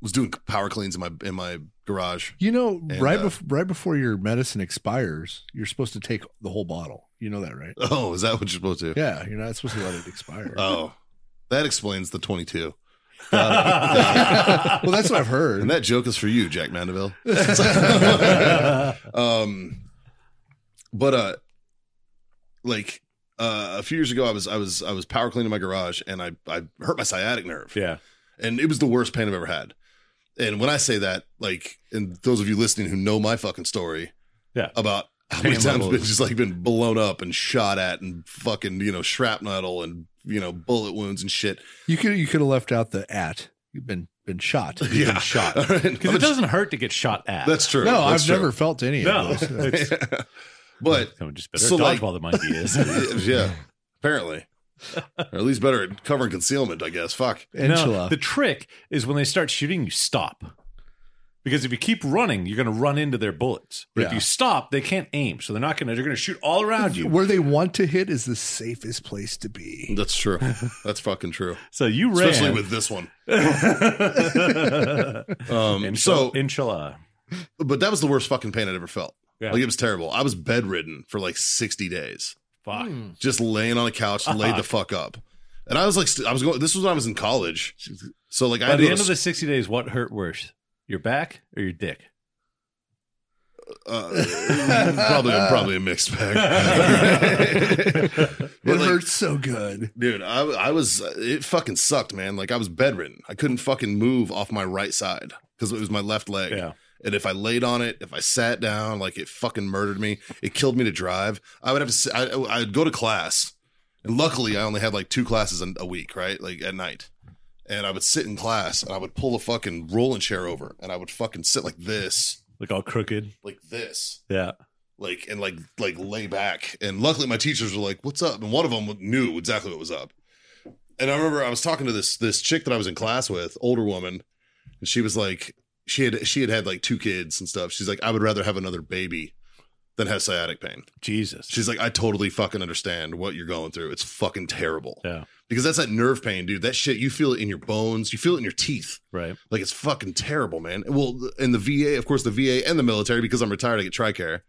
was doing power cleans in my in my garage. You know, right uh, before right before your medicine expires, you're supposed to take the whole bottle. You know that, right? Oh, is that what you're supposed to? Yeah, you're not supposed to let it expire. Oh, that explains the 22. well, that's what I've And heard. that joke is for you, Jack Mandeville. um, but uh, like uh, a few years ago, I was I was I was power cleaning my garage, and I I hurt my sciatic nerve. yeah, and it was the worst pain I've ever had. And when I say that, like, and those of you listening who know my fucking story, Yeah. about how Pain many times levels. been just like been blown up and shot at and fucking you know shrapnel and you know bullet wounds and shit. You could you could have left out the at. You've been been shot. You've been shot. All right. because it doesn't hurt to get shot at. That's true. No, That's I've true. never felt any no, of those. it's- But Someone just better So, dodge like- while the monkey is. yeah, apparently, or at least better at covering concealment, I guess. Fuck. Inshallah. the trick is when they start shooting, you stop. Because if you keep running, you're going to run into their bullets. But if Yeah. you stop, they can't aim, so they're not going to. They're going to shoot all around you. Where they want to hit is the safest place to be. That's true. That's fucking true. So you ran, Especially with this one. Um, Inshallah- so, inshallah. but that was the worst fucking pain I'd ever felt. Yeah. Like it was terrible. I was bedridden for like 60 days, Fuck. just laying on a couch, laid the fuck up. And I was like, st- I was going, this was when I was in college. So like I By had to the go end to of the 60 days, what hurt worse? Your back or your dick? uh, probably probably a mixed bag. It But, like, hurts so good. dude. I, I was it fucking sucked, man. Like I was bedridden. I couldn't fucking move off my right side because it was my left leg. Yeah. And if I laid on it, if I sat down, like it fucking murdered me. It killed me to drive. I would have to. s- I, I would go to class, and luckily I only had like two classes a, a week, right? Like at night. And I would sit in class, and I would pull the fucking rolling chair over, and I would fucking sit like this, Like all crooked. like this, Yeah. like and like like lay back and luckily my teachers were like what's up and one of them knew exactly what was up and i remember i was talking to this this chick that i was in class with older woman and she was like she had she had had like two kids and stuff she's like i would rather have another baby than have sciatic pain Jesus. she's like i totally fucking understand what you're going through it's fucking terrible yeah. because that's that nerve pain dude that shit you feel it in your bones you feel it in your teeth Right. like it's fucking terrible, man. Well, th- and the VA, of course, the VA and the military, because I'm retired, I get Tricare.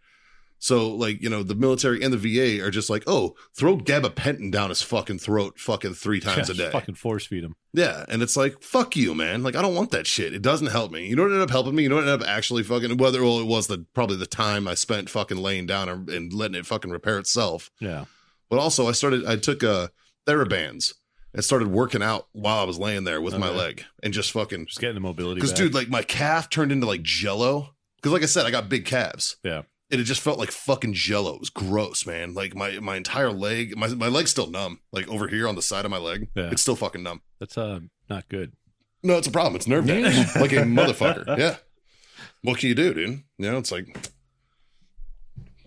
So, like, you know, the military and the VA are just like, oh, throw gabapentin down his fucking throat fucking three times Yeah, a day. Fucking force feed him. Yeah. And it's like, fuck you, man. Like, I don't want that shit. It doesn't help me. You know what ended up helping me? You know what ended up actually fucking, whether, well, it was the probably the time I spent fucking laying down and, and letting it fucking repair itself Yeah. but also I started I took uh Therabands and started working out while I was laying there with my Okay. leg and just fucking Oh, Just getting the mobility. because back. dude like my calf turned into like jello because like I said I got big calves Yeah. and it just felt like fucking jello it was gross man like my my entire leg my, my leg's still numb like over here on the side of my leg Yeah. it's still fucking numb That's uh, not good. no it's a problem it's nerve damage like a motherfucker yeah what can you do dude you know it's like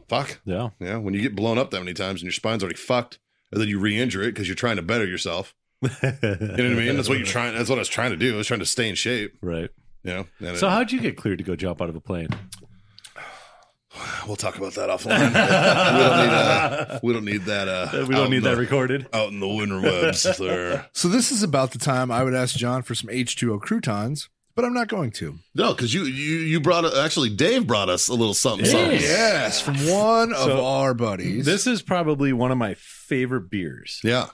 fuck Yeah. yeah, when you get blown up that many times and your spine's already fucked, and then you re-injure it because you're trying to better yourself. You know what I mean? That's what you're trying. That's what I was trying to do. I was trying to stay in shape. Right. You know. And So it- how'd you get cleared to go jump out of a plane? we'll talk about that offline. we don't need. Uh, we don't need that. Uh, We out don't in need the- that recorded. out in the interwebs. there. So this is about the time I would ask John for some H2O croutons, but I'm not going to. No, because you you you brought actually Dave brought us a little something. something. Yes, from one of So, our buddies. This is probably one of my favorite beers, Yeah.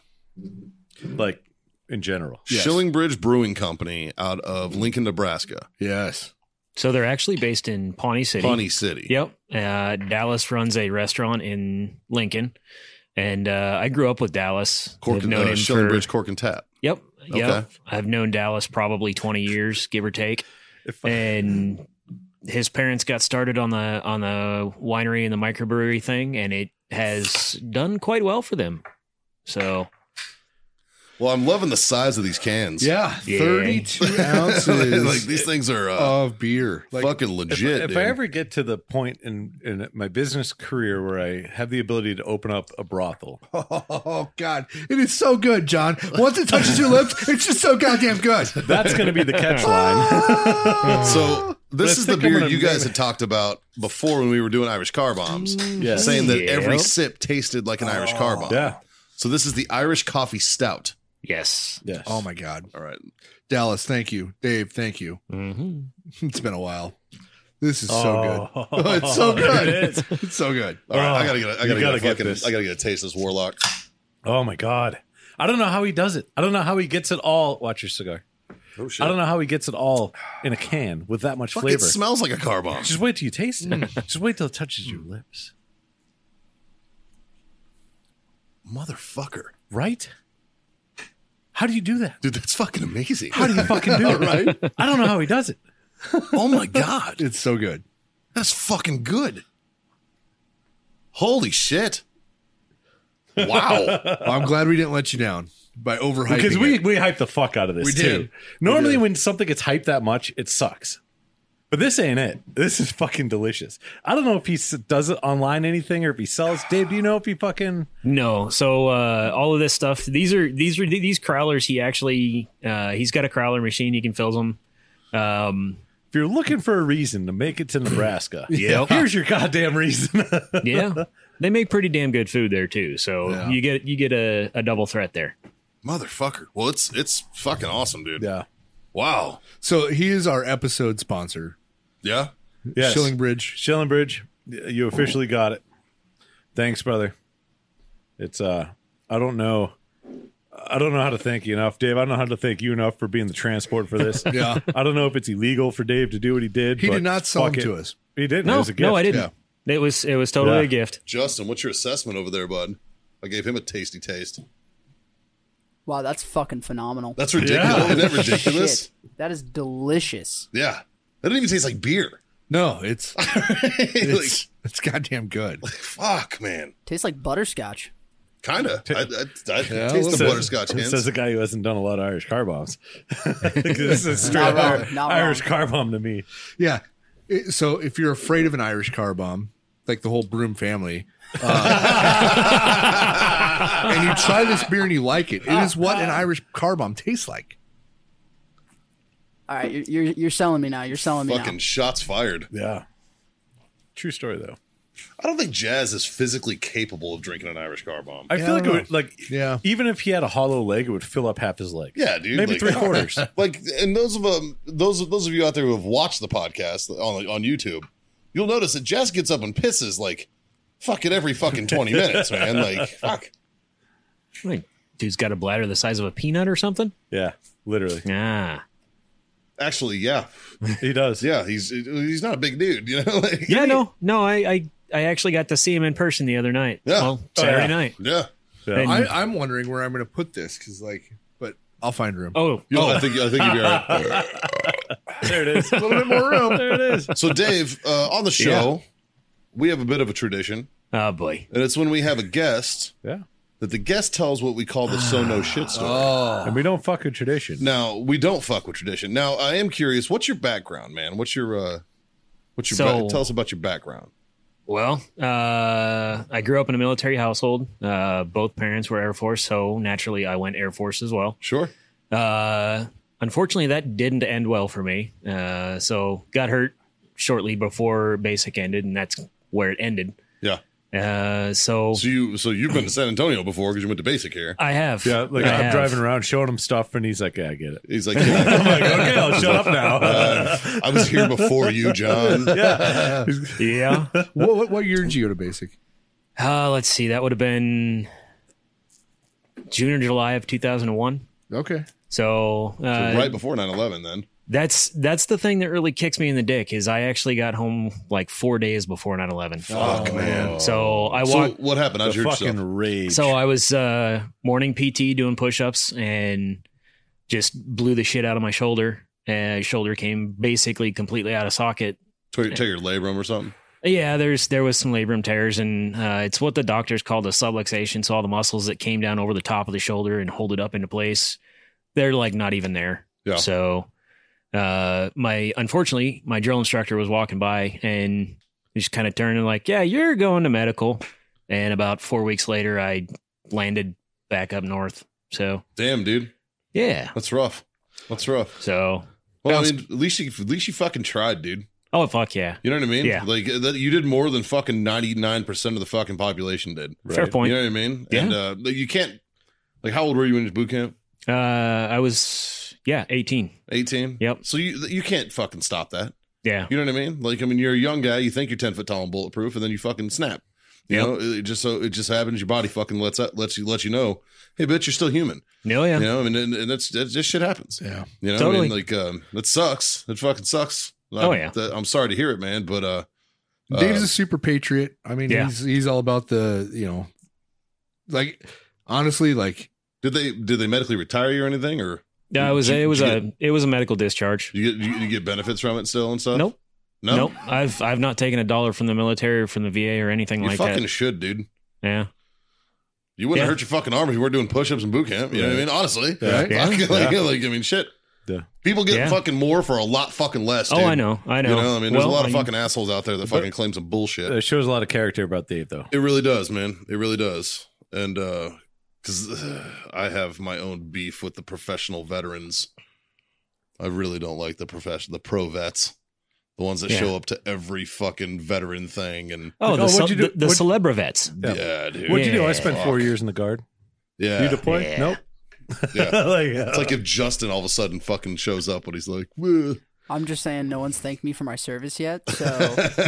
like in general. Yes. Shillingbridge Brewing Company out of Lincoln, Nebraska, yes. So they're actually based in Pawnee City. Pawnee City. Yep. Uh, Dallas runs a restaurant in Lincoln, and uh, I grew up with Dallas. Cork I've and, uh, known him for- Shillingbridge Cork and Tap. Yep. Yep. Okay. I've known Dallas probably 20 years, give or take. If And his parents got started on the on the winery and the microbrewery thing, and it has done quite well for them. So Well, I'm loving the size of these cans. Yeah, Yeah. 32 ounces like these things are uh, of beer. Like, fucking legit. if dude. I ever get to the point in in my business career where I have the ability to open up a brothel, oh, God. It is so good, John. Once it touches your lips, it's just so goddamn good. that's going to be the catch line. So this Let's is the think I'm beer gonna you guys name had talked about before when we were doing Irish car bombs, Yeah. saying that Yeah. every sip tasted like an Irish car bomb. Yeah. So this is the Irish coffee stout. yes. Yes. oh, my God. All right. Dallas, thank you. Dave, thank you. Mm-hmm. It's been a while. This is so Oh. good. it's so good. It is. It's so good. All right. I Oh, gotta get. A, I you gotta, gotta get, a get fucking, this. I gotta get a taste of this warlock. Oh my god. I don't know how he does it. I don't know how he gets it all. Watch your cigar. Oh shit! I don't know how he gets it all in a can with that much Fuck, It flavor. smells like a car bomb. Just wait till you taste it. Mm. Just wait till it touches your lips. Motherfucker, Right? How do you do that? dude, that's fucking amazing. How do you fucking do it? Right? I don't know how he does it. oh my god, It's so good. that's fucking good. Holy shit! Wow. I'm glad we didn't let you down by overhyping. Because we, it. we hype the fuck out of this We too. do. Normally We do. when something gets hyped that much, it sucks. But this ain't it. This is fucking delicious. I don't know if he s- does it online anything or if he sells. Dave, do you know if he fucking No, so uh, all of this stuff. These are these are these crowlers. He actually uh, he's got a crowler machine. He can fill them. Um, if you're looking for a reason to make it to Nebraska, Yep. here's your goddamn reason. Yeah, they make pretty damn good food there too. So Yeah. you get you get a, a double threat there. Motherfucker. Well, it's it's fucking awesome, dude. yeah. Wow. So he is our episode sponsor, Yeah. Yes. Shillingbridge. Shillingbridge, you officially got it. Thanks, brother. It's uh I don't know I don't know how to thank you enough, Dave. I don't know how to thank you enough for being the transport for this. Yeah. I don't know if it's illegal for Dave to do what he did. He but did not sell fuck him it. to us. He didn't. it No, was a gift. no, I didn't. It was it was totally Yeah. a gift. Justin, what's your assessment over there, bud? I gave him a tasty taste. Wow, that's fucking phenomenal. That's ridiculous. Yeah. Isn't that ridiculous? Shit, that is delicious. Yeah. That didn't even taste like beer. No, it's like, it's, it's goddamn good. fuck, man. Tastes like butterscotch. Kinda. I, I, I Yeah, a taste little the bit. butterscotch It hints. says the guy who hasn't done a lot of Irish car bombs. this is straight Not up wrong, Ir- not wrong. Irish car bomb to me. Yeah. It- so if you're afraid of an Irish car bomb, like the whole Broom family, uh, and you try this beer and you like it, it is what an Irish car bomb tastes like. All right, you're you're, you're selling me now. You're selling me fucking shots fired. Yeah. True story though. I don't think Jazz is physically capable of drinking an Irish car bomb. I Yeah, feel I like it don't would, like Yeah. even if he had a hollow leg, it would fill up half his leg. yeah, dude. Maybe like- three quarters. like and those of um those those of you out there who have watched the podcast on on YouTube, you'll notice that Jess gets up and pisses like fucking every fucking twenty minutes, man. Like fuck. Like, dude's got a bladder the size of a peanut or something. yeah. Literally. Ah, Actually, yeah, He does. yeah. He's he's not a big dude, you know. Like, yeah, no, no. I, I I actually got to see him in person the other night. Yeah. Well, Saturday yeah. night. yeah. Yeah. And- I, I'm wondering where I'm going to put this because, like, but I'll find room. Oh, Yo, I think I think you'd be all right. there it is. A little bit more room. there it is. So, Dave, uh, on the show, we have a bit of a tradition, oh boy. and it's when we have a guest Yeah. that the guest tells what we call the so no shit story. And we don't fuck with tradition. Now, we don't fuck with tradition. Now, I am curious. What's your background, man? What's your uh, what's your So- ba- tell us about your background? Well, uh, I grew up in a military household. Uh, both parents were Air Force, so naturally I went Air Force as well. Sure. Uh, unfortunately, that didn't end well for me. Uh, so got hurt shortly before basic ended, and that's where it ended. Yeah. Uh, so So you so you've been to San Antonio before because you went to basic here. I have. Yeah, like I I'm have. driving around showing him stuff, and he's like, "Yeah, I get it." Uh, He's like, yeah, oh I'm like, "Okay, I'll shut up now." I was here before you, John. Yeah. What, what, what year did you go to basic? Uh, let's see. That would have been June or July of 2001. Okay. So, uh, right before 9-11 then. that's that's the thing that really kicks me in the dick is I actually got home like four days before 9-11. Oh. Fuck man. So I So walked. what happened? the How'd you hurt fucking yourself? rage. So I was uh, morning PT doing push-ups and just blew the shit out of my shoulder. Uh, shoulder came basically completely out of socket. Tear, tear your labrum or something? Yeah, there's there was some labrum tears, and uh, it's what the doctors called a subluxation. So all the muscles that came down over the top of the shoulder and hold it up into place, they're like not even there. Yeah. So, uh, my unfortunately, my drill instructor was walking by and he just kind of turned and like, "Yeah, you're going to medical." And about four weeks later, I landed back up north. So Damn, dude. yeah, That's rough. That's rough. so Well, I Bounce. mean, at least you at least you fucking tried, dude. oh fuck yeah, You know what I mean? Yeah. Like uh, that, you did more than fucking ninety nine percent of the fucking population did. fair Right. point. You know what I mean? Yeah. And uh, you can't. Like, how old were you in boot camp? Uh, I was yeah, eighteen. Eighteen. Yep. So you you can't fucking stop that. Yeah, You know what I mean? Like, I mean, you're a young guy. You think you're ten foot tall and bulletproof, and then you fucking snap. You Yep. know, it it just so it just happens. Your body fucking lets out, lets you let you know, hey, bitch, you're still human. no, yeah. You know, I mean, and, and that's that just shit happens. Yeah. You know, I Totally. mean, like um, that sucks. It fucking sucks. Oh, I'm- yeah. that- I'm sorry to hear it, man, but uh, Dave's Uh, a super patriot. I mean, Yeah. he's he's all about the you know, like honestly, like did they did they medically retire you or anything, or Yeah, it was Did you- it was did you a it was a medical discharge. do you get do you, do you get benefits from it still and stuff? Nope, no, nope. I've I've not taken a dollar from the military or from the VA or anything You like uh, fucking that. should, dude. Yeah, You wouldn't Yeah. hurt your fucking arm if you weren't doing push-ups in boot camp. You know what I mean? Honestly, Yeah. Fuck, Yeah. Like, Yeah. like, I mean, shit. Yeah. People get Yeah. fucking more for a lot fucking less. Oh, dude. I know, I You know. know, I mean, there's a Well, lot of I- fucking assholes out there that fucking claim some bullshit. It shows a lot of character about Dave, though. It really does, man. It really does. And uh cuz I have my own beef with the professional veterans. I really don't like the profession the pro vets. the ones that Yeah. show up to every fucking veteran thing and Oh, Like, the, oh, ce- what'd you do- the, the what- celebra vets. yeah, Yeah. dude. What'd you do? I spent four Fuck. years in the guard. Yeah, You deploy? Yeah. Nope. yeah. like, uh, It's like if Justin all of a sudden fucking shows up and he's like, "Whoa." I'm just saying, no one's thanked me for my service yet. So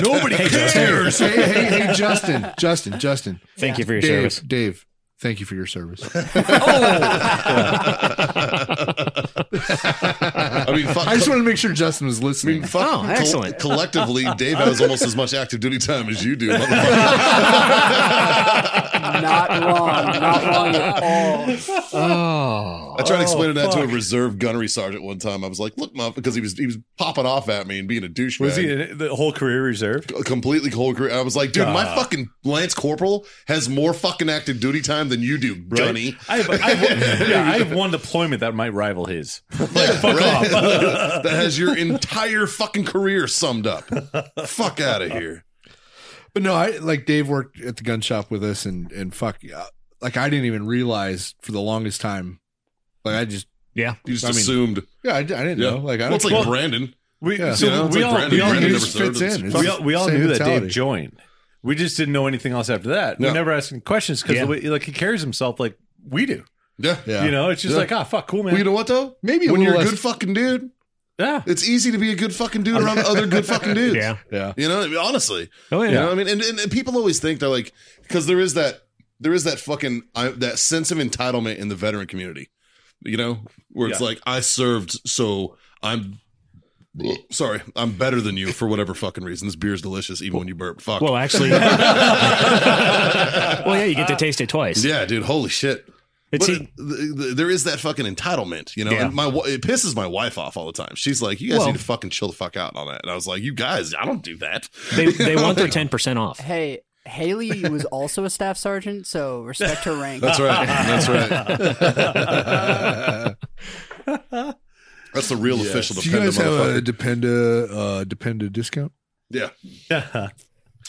nobody Hey, cares. hey, hey, hey, Justin, Justin, Justin, Thank you for your Dave, service. Dave. Thank you for your service. Oh! I mean, fuck. I just wanted to make sure Justin was listening. fuck Oh, excellent. collectively, Dave has almost as much active duty time as you do. motherfucker. not wrong, not wrong at all. Oh, I tried explaining that to a fuck. reserve gunnery sergeant one time. I was like, "Look, my," because he was he was popping off at me and being a douchebag. was he in the whole career reserve? a completely cold career. I was like, dude, my fucking Lance Corporal has more fucking active duty time than you do, Gunny. I have, I, have, yeah, I have one deployment that might rival his. Like, fuck off. that has your entire fucking career summed up. fuck out of here. But no, I like Dave worked at the gun shop with us, and and fuck, uh, like I didn't even realize for the longest time. Like I just, yeah. You just I mean, assumed. yeah, I, I didn't know. Like I well, don't. it's like Brandon. We, Yeah. so You know, it's we, like all, Brandon. we all Brandon knew, it never just fits served. It's in. It's we all, we all same knew that mentality. Dave joined. We just didn't know anything else after that. No. We never asked any questions because Yeah. like he carries himself like we do. Yeah. Yeah. You know, it's just like, ah, fuck, cool, man. Well, you know what though? Maybe a when you're little a less- good fucking dude, yeah. it's easy to be a good fucking dude around other good fucking dudes. Yeah. yeah. You know, I mean, honestly. Oh, yeah. You know what I mean? And, and, and people always think they're like, because there is that, there is that fucking, I, that sense of entitlement in the veteran community, you know, where it's Yeah. like, I served, so I'm, sorry, I'm better than you for whatever fucking reason. This beer's delicious, even when you burp. Fuck. Well, actually, well, yeah, you get to taste it twice. yeah, dude, holy shit. It's, e But it, th- th- there is that fucking entitlement, you know. Yeah. And my wi- it pisses my wife off all the time. She's like, "You guys Well- need to fucking chill the fuck out on that." And I was like, "You guys, I don't do that." they they want their ten percent off. Hey, Haley was also a staff sergeant, so respect her rank. That's right. That's right. That's the real official Do you dependent guys have motherfucker. a dependa uh, dependa discount? yeah. Yeah.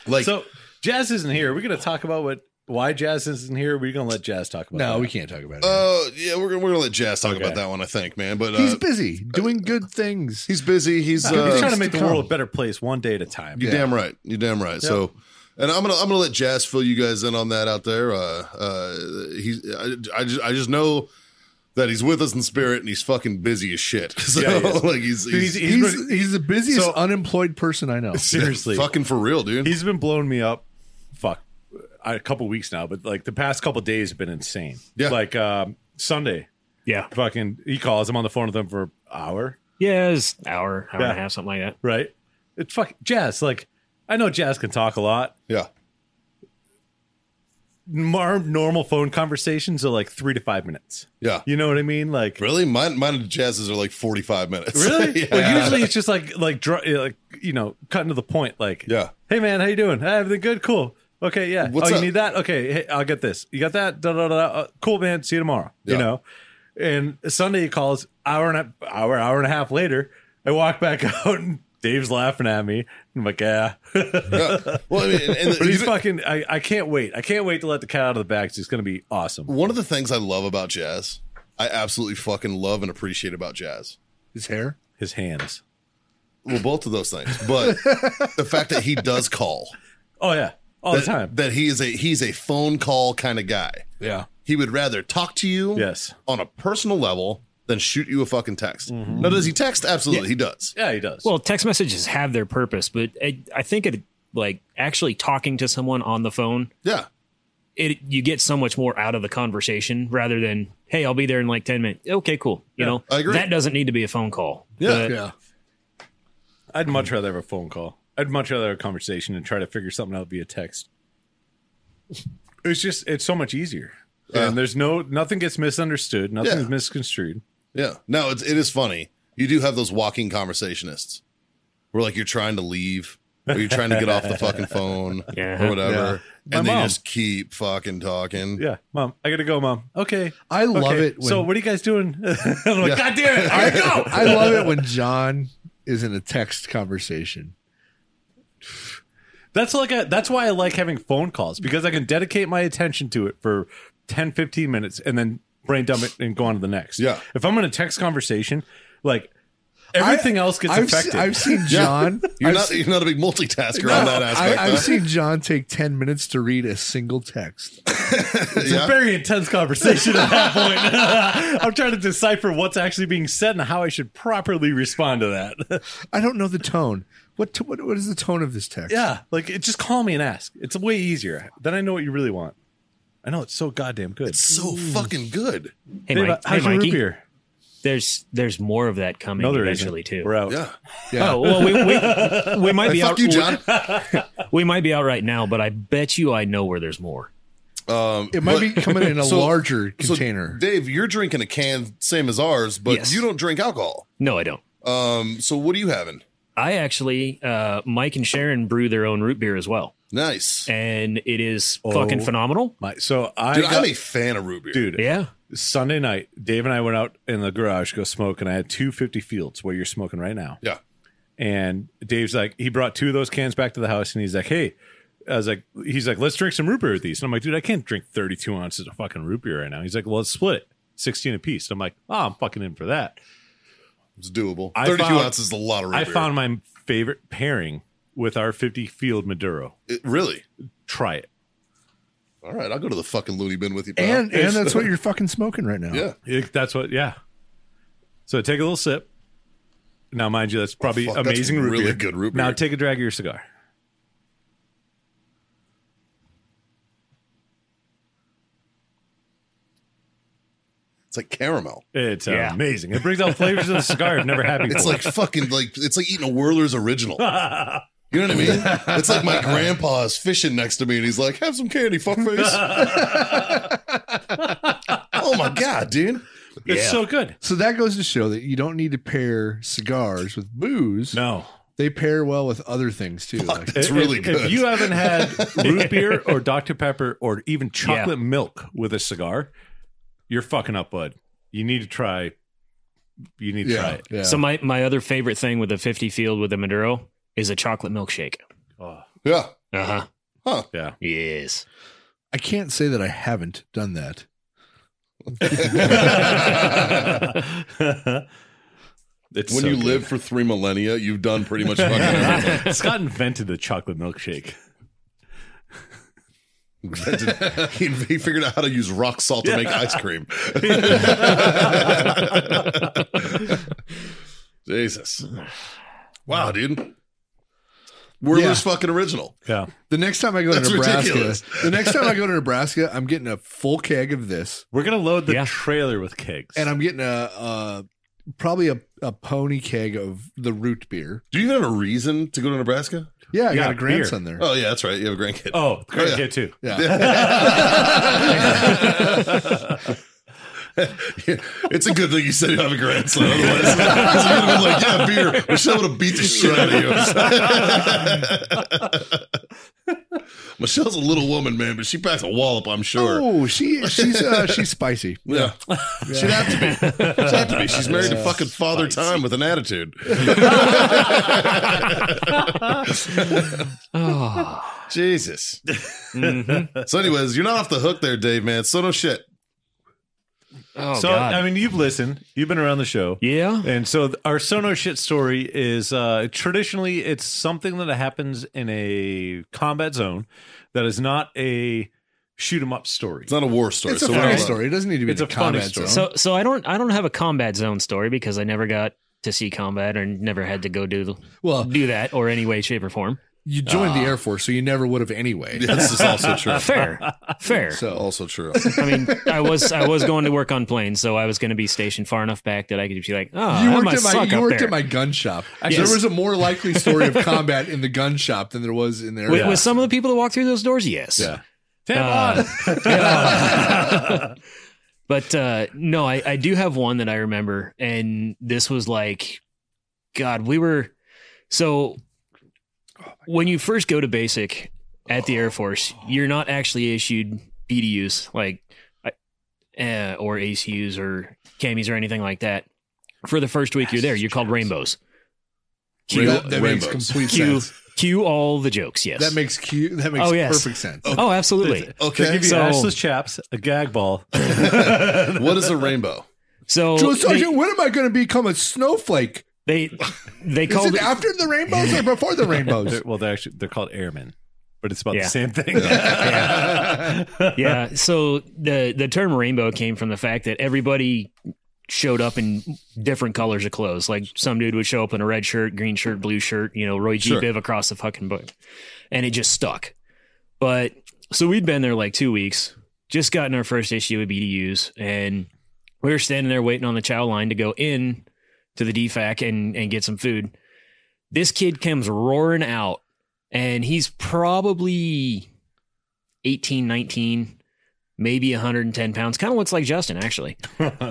Like so Jazz isn't here. We're gonna talk about what why Jazz isn't here. We're gonna let Jazz talk about. No, that. we can't talk about it. Uh, yeah, we're gonna we're gonna let Jazz talk Okay. about that one, I think, man. But uh, he's he's, busy doing good things. busy. He's We're just uh, trying to make the come. world a better place one day at a time. you Yeah. damn right. You damn right. So, and I'm gonna I'm gonna let Jazz fill you guys in on that out there. Uh, uh, he's I, I just I just know that he's with us in spirit and he's fucking busy as shit. So Yeah, he is. like he's Dude, he's, he's- He's he's, the busiest So- unemployed person I know. Seriously, fucking for real, dude. he's been blowing me up. Fuck, a couple weeks now, but like the past couple days have been insane. Yeah. like um, Sunday, Yeah, fucking he calls. I'm on the phone with him for an hour. yeah, it's hour, hour Yeah. and a half, something like that. Right? It's fuck Jazz. Like I know Jazz can talk a lot. yeah, Mar- normal phone conversations are like three to five minutes. yeah. You know what I mean? Like Really, mine mine and Jazz's are like 45 minutes. Really? yeah. Well, usually it's just like like dr- uh, like you know, cutting to the point. Like, Yeah. Hey man, how you doing? Hey, everything good? Cool. Okay, yeah. What's oh, up? you need that? Okay, hey, I'll get this. You got that? Da, da, da, da. Uh, cool, man. See you tomorrow. Yeah. You know. And Sunday he calls hour and a hour hour and a half later. I walk back out and Dave's laughing at me. I'm like, yeah. Yeah. Well, I mean, and, and But you he's know- fucking. I, I can't wait. I can't wait to let the cat out of the bag. 'cause It's going to be awesome. one of the things I love about Jazz, I absolutely fucking love and appreciate about Jazz. His hair. His hands. Well, both of those things, but the fact that he does call Oh yeah, all that, the time. that he is a he's a phone call kind of guy. Yeah. He would rather talk to you Yes. on a personal level than shoot you a fucking text. Now, does he text? Absolutely, he does. Mm-hmm. Yeah, he does. Well, text messages have their purpose, but I, I think it like actually talking to someone on the phone, Yeah, it you get so much more out of the conversation rather than hey, I'll be there in like ten minutes. Okay, cool. You Yeah, know, I agree. that doesn't need to be a phone call. yeah, Yeah. I'd much rather have a phone call. I'd much rather have a conversation and try to figure something out via text. It's just it's so much easier. Yeah. And there's no nothing gets misunderstood, nothing's Yeah. misconstrued. yeah. No, it's it is funny. You do have those walking conversationists, where like you're trying to leave. Or you're trying to get off the fucking phone Yeah. or whatever. My And they mom. just keep fucking talking. Yeah, mom, I gotta go, mom. Okay. I love okay. it when- so what are you guys doing? I'm like, Yeah. God damn it, all right, go. I love it when John is in a text conversation. That's like a, that's why I like having phone calls because I can dedicate my attention to it for 10, 15 minutes and then brain dump it and go on to the next. Yeah. If I'm in a text conversation, like Everything else gets I've, affected. se- I've seen John. You're I've not se- you're not a big multitasker No, on that aspect. I, I've huh? seen John take ten minutes to read a single text. It's a very intense conversation at that point. I'm trying to decipher what's actually being said and how I should properly respond to that. I don't know the tone. What t- what, what is the tone of this text? yeah, like it, just call me and ask. It's way easier. Then I know what you really want. I know it's so goddamn good. It's so fucking good. Hey, Babe, Mike, hey how's your root Mikey. beer? There's there's more of that coming Another eventually too. We're out. Yeah. Oh well, we, we, we might Hey, be fuck out. you, John. We might be out right now, but I bet you I know where there's more. Um, It might but- be coming in a so- larger so, container. Dave, you're drinking a can same as ours, but Yes. you don't drink alcohol. No, I don't. Um, so what are you having? I actually, uh, Mike and Sharon brew their own root beer as well, Nice. and it is fucking Oh. phenomenal. My, so I Dude, got- I'm a fan of root beer. dude. Yeah, Sunday night, Dave and I went out in the garage to go smoke, and I had two fifty fields where you're smoking right now. Yeah. And Dave's like, he brought two of those cans back to the house, and he's like, hey, I was like, he's like, let's drink some root beer with these. And I'm like, dude, I can't drink 32 ounces of fucking root beer right now. He's like, well, let's split it, 16 apiece. I'm like, oh, I'm fucking in for that. It's doable. I 32 found- ounces is a lot of root I beer. found my favorite pairing with our 50 field Maduro. It- really. Try it. All right, I'll go to the fucking loony bin with you. pal. and and that's what you're fucking smoking right now. yeah. It- that's what, yeah. So take a little sip. Now, mind you, that's probably Oh, fuck, that's amazing root really beer. good root Now beer. take a drag of your cigar. It's like caramel. It's Yeah. amazing. It brings out flavors of the cigar I've never had before. It's like fucking like it's like eating a Whirler's original. You know what I mean? It's like my grandpa is fishing next to me and he's like, "Have some candy, fuckface." oh my god, dude! it's Yeah. so good. So that goes to show that you don't need to pair cigars with booze. No, They pair well with other things too. Like, It's really if, good. If you haven't had root beer or Dr Pepper or even chocolate milk with a cigar, you're fucking up, bud. You need to try. You need to try yeah, it. yeah. So my my other favorite thing with the 50 field with the Maduro is a chocolate milkshake. Oh, yeah, Uh huh. huh? yeah. Yes. I can't say that I haven't done that. It's when so you good. live for three millennia, you've done pretty much fucking everything. Scott invented the chocolate milkshake. he, he figured out how to use rock salt to make ice cream. Jesus. Wow, dude. Werler's fucking original. Yeah. The next time I go to That's Nebraska, ridiculous. the next time I go to Nebraska, I'm getting a full keg of this, We're gonna load the Yeah. trailer with kegs. and I'm getting a, a probably a, a pony keg of the root beer. Do you even have a reason to go to Nebraska? Yeah, I Yeah, got a grandson there. Oh, yeah, that's right. You have a grandkid. oh, great yeah. kid too. Yeah, It's a good thing you said you have a grandson. Otherwise, it's gonna be like, yeah, beer. Michelle would have beat the shit out of you. Michelle's a little woman, man, but she packs a wallop, I'm sure. Oh, she she's uh, she's spicy. Yeah. She'd have to be. She'd have to be. She's married to fucking Father Time with an attitude. Oh. Jesus. Mhm. Mm-hmm. So, anyways, you're not off the hook there, Dave, man. So, no shit. Oh, so God. I mean, you've listened. You've been around the show. yeah. And so th- our Sono shit story is uh, traditionally it's something that happens in a combat zone that is not a shoot 'em up story. It's not a war story. It's a so we're funny not- story. It doesn't need to be It's the a funny combat story. zone. So so I don't I don't have a combat zone story because I never got to see combat or never had to go do Well, do that or any way shape or form. you joined the Air Force, so you never would have anyway. Yeah, Ah. this is also true. Fair. Fair. So Also true. I mean, I was I was going to work on planes, so I was going to be stationed far enough back that I could be like, oh, you I worked must at my suck you up worked there. at my gun shop. Actually, there was a more likely story of combat in the gun shop than there was in the Air with, Force. with some of the people that walk through those doors, yes. Yeah. Damn Uh, on. But uh, no, I, I do have one that I remember, and this was like, God, we were so. when you first go to basic at the Air Force, you're not actually issued BDUs like I- uh, or ACUs or camis or anything like that. For the first week you're there, you're called rainbows. Q, Rainbow- that, that makes rainbows. complete Q, sense. Q all the jokes. Yes. That makes Q. That makes Oh, yes. perfect sense. oh, absolutely. They Okay. give you So- ashless chaps, a gag ball. What is a rainbow? So Joe they- Oh, Sergeant, when am I going to become a snowflake? They they Is called it after the rainbows or before the rainbows? They're- well, they're actually they're called airmen, but it's about Yeah. the same thing. yeah. Uh, So the the term rainbow came from the fact that everybody showed up in different colors of clothes. Like some dude would show up in a red shirt, green shirt, blue shirt. You know, Roy G. Sure. Biv across the fucking book, and it just stuck. But so we'd been there like two weeks, just gotten our first issue of BDUs, and we were standing there waiting on the chow line to go in to the DFAC and and get some food. This kid comes roaring out, and he's probably 18, 19, maybe 110 pounds. Kind of looks like Justin, actually.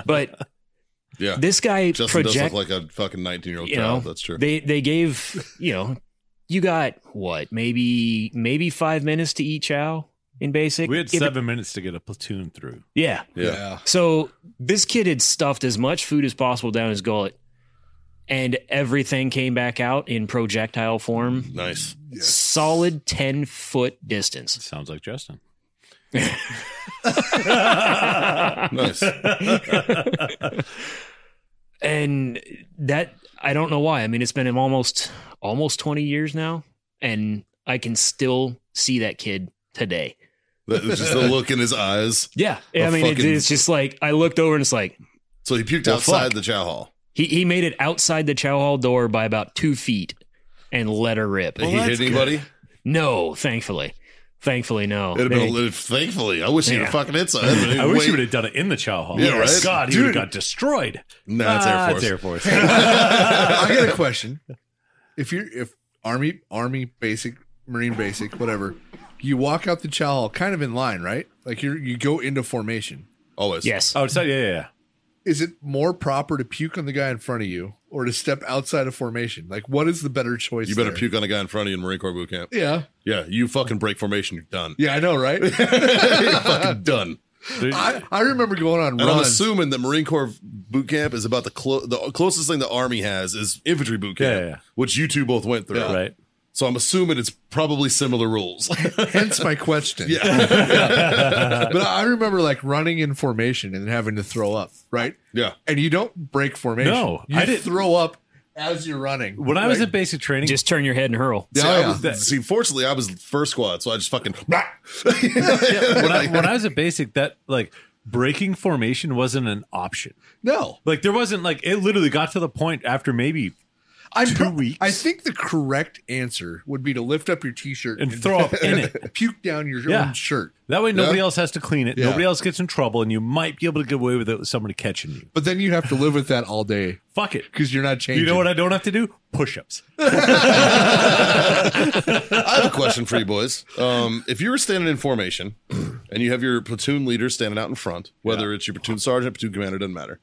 But Yeah. this guy Justin project, does look like a fucking 19 year old You child. know, That's true. they they gave you know you got what maybe maybe five minutes to eat chow in basic. we had If it- seven minutes to get a platoon through. yeah, yeah. so this kid had stuffed as much food as possible down his gullet, and everything came back out in projectile form, Nice. solid ten foot distance. Sounds like Justin. Nice. and that I don't know why. I mean, it's been almost almost twenty years now, and I can still see that kid today. That- just the look in his eyes. Yeah, A I mean, it, fucking- it's just like I looked over and it's like So he puked Well, outside fuck. the chow hall. he he made it outside the chow hall door by about two feet and let her rip. Did he hit anybody? No, thankfully, thankfully, no. It'd have been They- a little, thankfully. I wish he'd Yeah. have fucking hit something. but I wish wait- he would have done it in the chow hall. Yeah, right? God, he Dude. would have got destroyed. Nah, it's Ah, Air Force. It's Air Force. I got a question. If you're if army army basic marine basic whatever, you walk out the chow hall kind of in line, right? Like you are you go into formation. Always. yes, Outside, Oh, yeah, yeah, yeah. Is it more proper to puke on the guy in front of you or to step outside of formation? Like what is the better choice? You better there? puke on the guy in front of you in Marine Corps boot camp. Yeah. Yeah, you fucking break formation, you're done. Yeah, I know, right? you're fucking done. Dude, I, I remember going on And I'm runs. assuming that Marine Corps boot camp is about the clo- the closest thing the Army has is infantry boot camp, Yeah, yeah, yeah. which you two both went through. right. So I'm assuming it's probably similar rules. Hence my question. but I remember like running in formation and having to throw up, right? yeah. And you don't break formation. No, you I didn't- throw up as you're running. When I was Like, at basic training, just turn your head and hurl. See, Oh, I yeah. was- see, fortunately, I was first squad, so I just fucking. when I, when I was at basic, that like breaking formation wasn't an option. no, Like there wasn't like it literally got to the point after maybe I'm Two pro- weeks. I think the correct answer would be to lift up your t-shirt and throw up in it. puke down your Yeah. own shirt. That way nobody else has to clean it. Yeah. Nobody else gets in trouble, and you might be able to get away with it with somebody catching you. But then you have to live with that all day Fuck it. because you're not changing. You know what I don't have to do? Push-ups. I have a question for you boys. Um, if you were standing in formation and you have your platoon leader standing out in front, whether it's your platoon sergeant, platoon commander, doesn't matter,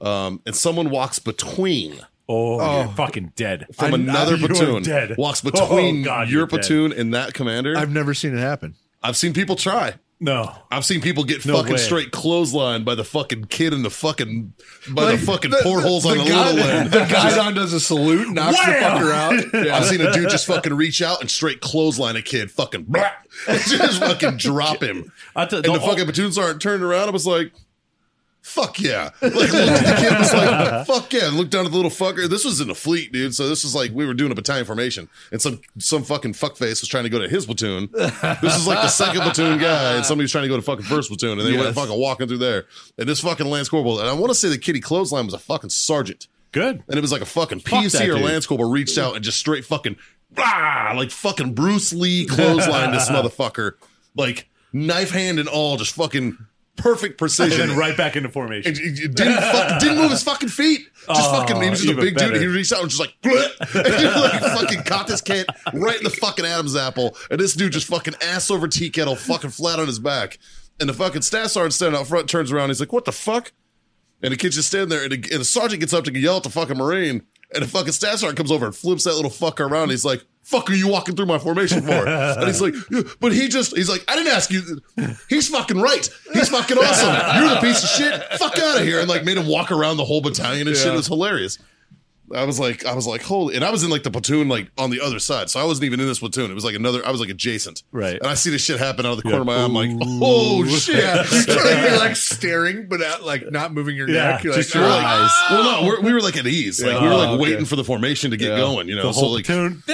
um, and someone walks between Oh, you're fucking dead. from I- another you are platoon, dead. walks Oh, between God, your you're dead. platoon and that commander, I've I've, never seen it happen. seen people try. No. I've seen people get No fucking way. straight clothesline by the fucking kid in the fucking by Like, the fucking portholes on the, guy, little end. The guy on does a salute, knocks Wham! the fucker out. I've seen a dude just fucking reach out and straight clothesline a kid, fucking blah, just fucking drop him. I tell- and the, the- fucking platoon sergeant turned around. I was like, "Fuck yeah!" Like looked at the kid, and was like, "Fuck yeah!" And looked down at the little fucker. This was in the fleet, dude. So this was like we were doing a battalion formation, and some some fucking fuckface was trying to go to his platoon. This is like the second platoon guy, and somebody was trying to go to fucking first platoon, and they went Yes. fucking walking through there. And this fucking Lance Corporal, and I want to say the kitty clothesline was a fucking sergeant. Good. And it was like a fucking Fuck PC that or dude. Lance Corporal reached out and just straight fucking, ah, like fucking Bruce Lee clothesline this motherfucker. Like knife hand and all, just fucking perfect And precision. then right back into It- formation. it- it didn't, fuck, didn't move his fucking feet. Just Oh, fucking, he was just a even big dude. better. He reached out and was just like, "Bleh," and just like fucking caught this kid right in the fucking Adam's apple. And this dude just fucking ass over tea kettle, fucking flat on his back. And the fucking staff sergeant standing out front turns around. He's like, what the fuck? And the kid's just standing there. And the, and the sergeant gets up to yell at the fucking Marine. And the fucking staff sergeant comes over and flips that little fucker around. He's like, fuck are you walking through my formation for? And he's like, "Yeah, but he just, he's like, I didn't ask you. He's fucking right. He's fucking awesome. You're the piece of shit. Fuck out of here. And like made him walk around the whole battalion and shit. It was hilarious. I was like, I was like, holy, and I was in like the platoon, like on the other side, so I wasn't even in this platoon. It was like another, I was like adjacent, Right. And I see this shit happen out of the corner Yeah. of my eye. I'm like, Ooh. oh shit! Yeah, you're trying to be like staring, but uh, like not moving your Yeah, neck. You're Just like, your "Ah." eyes. Well, no, we're, we were like at ease, like we were Yeah. like Oh, okay. waiting for the formation to get Yeah. going, you know. the whole so like, platoon.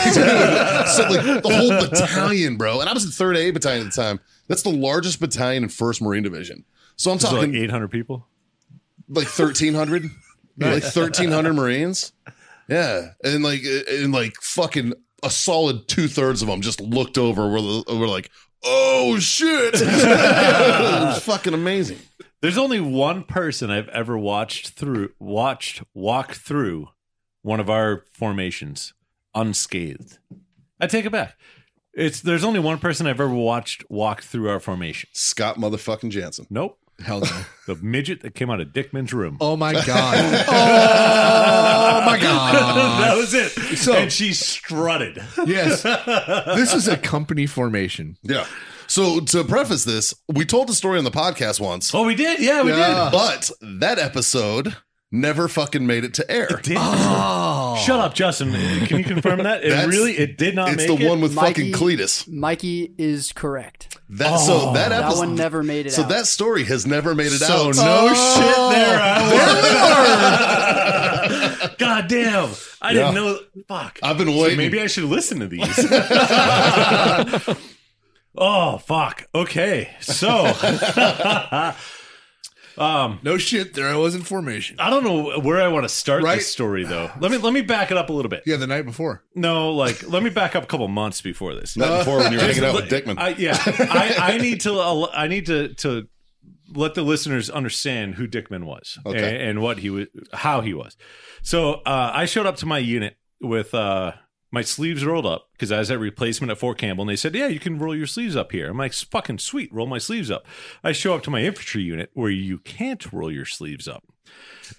so like the whole battalion, bro. And I was in third A battalion at the time. That's the largest battalion in First Marine Division. So I'm There's like talking 800 people. like thirteen hundred, like thirteen hundred Marines. Yeah, and like and like fucking a solid two thirds of them just looked over. We're we're like, oh shit, It was fucking amazing. There's only one person I've ever watched through, watched walk through one of our formations unscathed. I take it back. It's there's only one person I've ever watched walk through our formation. Scott motherfucking Jansen. Nope, Hell no. the midget that came out of Dickman's room. Oh my god. Oh my that god. was it. So- and she strutted. Yes. This is a company formation. Yeah. So to preface this, we told the story on the podcast once. Oh, we did. Yeah, we Yeah. But that episode never fucking made it to air. did. Did- Oh. Shut up, Justin. Can you confirm that? It That's- really, it did not It's make the it. one with Mikey- fucking Cletus. Mikey is correct. That so that That episode one never made it so out. that story has never made it Oh, So out. Oh. no shit there. I was. God damn. I didn't Yeah. know. Fuck. I've been So waiting. maybe I should listen to these. oh fuck. Okay. So No shit. There I was in formation. I don't know where I want to start Right. this story though. Let me let me back it up a little bit. Yeah, the night before. No, like let me back up a couple months before this. Not before when you were hanging out with Dickman. I, yeah, I, I need to I need to to let the listeners understand who Dickman was Okay. and, and what he was, how he was. So uh, I showed up to my unit with uh, my sleeves rolled up because I was at replacement at Fort Campbell, and they said, "Yeah, you can roll your sleeves up here." I'm like, "Fucking sweet, roll my sleeves up." I show up to my infantry unit where you can't roll your sleeves up,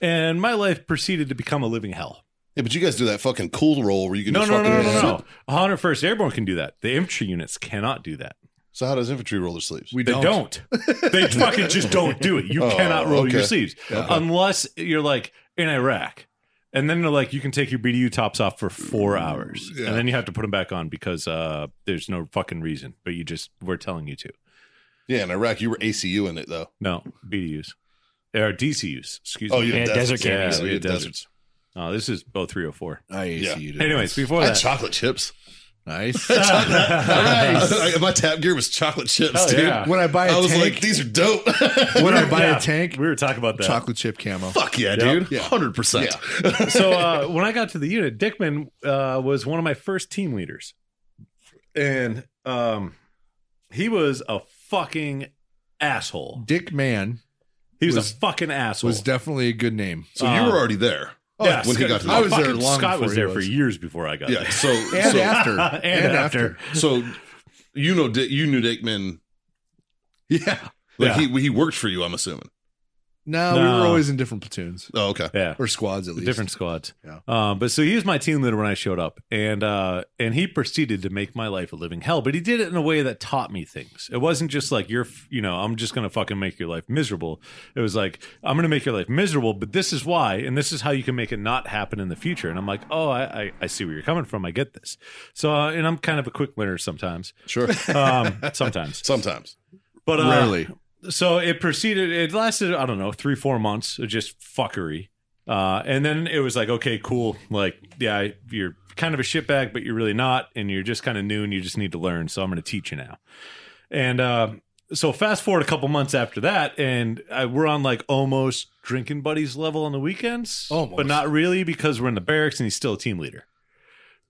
and my life proceeded to become a living hell. yeah, but you guys do that fucking cool roll where you can No, just no, no, fucking no, no, no. 101st Airborne can do that. The infantry units cannot do that. So how does infantry roll their sleeves? We They don't. don't. they fucking just don't do it. You Oh, cannot roll your okay. sleeves Okay. unless you're like in Iraq. And then they're like, you can take your BDU tops off for four hours, Yeah. and then you have to put them back on because uh, there's no fucking reason. But you just we're telling you to. yeah, in Iraq you were ACU in it though. No BDUs or DCUs. Excuse Oh, me. you Yeah, did desert Yeah, camps. we Yeah, did deserts. deserts. Oh, this is oh three oh four. I Yeah. see you. Anyways, before I had that, chocolate chips. nice. Nice. My tap gear was chocolate chips, Hell dude. yeah. when I buy a I was tank, like, these are dope. when I buy Yeah, a tank, we were talking about that. chocolate chip camo. Fuck yeah, Yep. dude. Hundred percent. so uh, when I got to the unit, Dickman uh, was one of my first team leaders, and um, he was a fucking asshole. Dick Man He was, Was- a fucking asshole. was definitely a good name. So you Um, were already there. Yeah, when he got to the I was there fucking long Scott before was he there was. for years before I got Yeah. So And so, after. there. and, after, so you know Dick, you knew Dickman. Yeah. Like Yeah. he he worked for you, I'm assuming. No, we No. were always in different platoons Oh, okay. yeah, or squads at least. different squads. Yeah. Um, but so he was my team leader when I showed up, and uh, and he proceeded to make my life a living hell. But he did it in a way that taught me things. It wasn't just like you're, f- you know, I'm just gonna fucking make your life miserable. It was like I'm gonna make your life miserable, but this is why, and this is how you can make it not happen in the future. And I'm like, oh, I I, I see where you're coming from. I get this. So uh, and I'm kind of a quick learner sometimes. Sure. Um, sometimes, Sometimes. but uh, Rarely. so it proceeded it lasted i don't know three four months of just fuckery uh, and then it was like okay cool like yeah you're kind of a shitbag but you're really not and you're just kind of new and you just need to learn so i'm going to teach you now and uh, so fast forward a couple months after that and I, we're on like almost drinking buddies level on the weekends but Almost. not really because we're in the barracks and he's still a team leader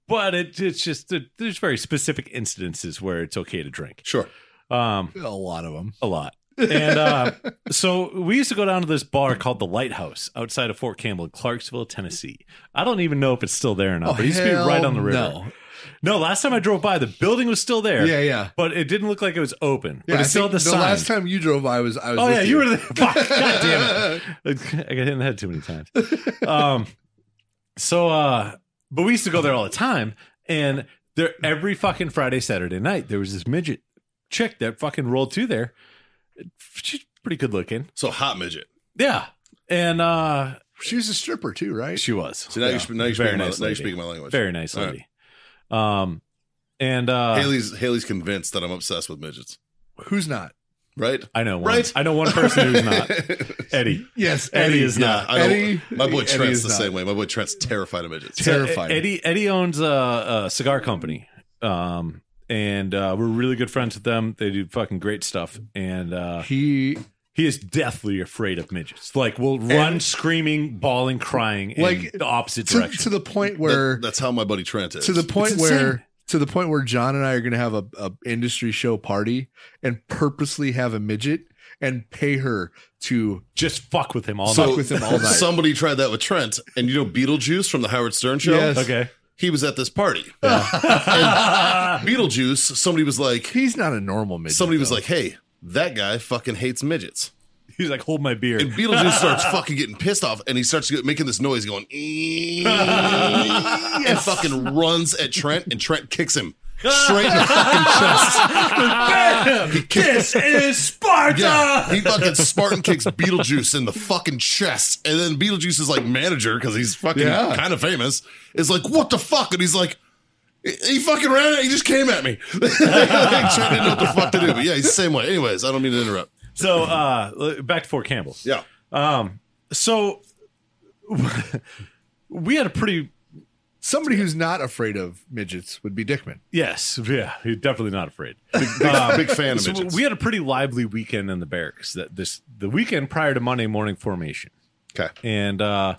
but it, it's just there- there's very specific instances where it's okay to drink Sure. um, A lot of them. a lot. And uh, so we used to go down to this bar called the Lighthouse outside of Fort Campbell, in Clarksville, Tennessee. I don't even know if it's still there or not, Oh, but it used to be hell right on the river. no. No, last time I drove by, the building was still there. Yeah, yeah. But it didn't look like it was open. but Yeah, I it's still think the, sign. last time you drove, I was. I was Oh with yeah, you. were there. Fuck, God damn it! I got hit in the head too many times. Um, so, uh, but we used to go there all the time, and there every fucking Friday, Saturday night, there was this midget chick that fucking rolled through there. She's pretty good looking, So hot midget. yeah. And uh, She was a stripper too, right? She was. So now, Yeah. you're, sp- now, you're Very speaking my, nice now you're lady. speaking my language. Very nice All right. lady. Um, and uh, Haley's Haley's convinced that I'm obsessed with midgets, Who's not? right? I know one. Right? I know one person who's not Eddie. Yes, Eddie is Yeah, not. I don't- Eddie- my boy Eddie Trent's is the not. same way. My boy Trent's terrified of midgets. Ter- Terrified. Eddie Eddie owns a, a cigar company, um, and uh, we're really good friends with them. They do fucking great stuff, and uh, He he is deathly afraid of midgets. Like, will run And- screaming, bawling, crying, in Like, the opposite to, direction. to the point That- where that's how my buddy Trent is. to the point It's insane. where to the point where John and I are going to have a, a industry show party and purposely have a midget and pay her to Just fuck with him all So- night. with him all night. Somebody tried that with Trent, and you know Beetlejuice from the Howard Stern show. Yes. Okay. He was at this party. And Beetlejuice. Somebody was like, he's not a normal midget. somebody was though. like, hey, that guy fucking hates midgets. He's like, hold my beer. And Beetlejuice starts fucking getting pissed off, and he starts get- making this noise, going, and fucking runs at Trent, and Trent kicks him straight in the fucking chest. He kicks- this is Sparta. Yeah, he fucking Spartan kicks Beetlejuice in the fucking chest, and then Beetlejuice is like manager because he's fucking Yeah. kind of famous. Is like, what the fuck? And he's like, he- he fucking ran it. He just came at me, like, trying to know what the fuck to do. But yeah, he's the same way. Anyways, I don't mean to interrupt. So uh, back to Fort Campbell. Yeah, So we had a pretty somebody who's not afraid of midgets would be Dickman. yes, yeah, he's definitely not afraid. big fan of Uh, So midgets. we had a pretty lively weekend in the barracks that this the weekend prior to Monday morning formation. Okay. And uh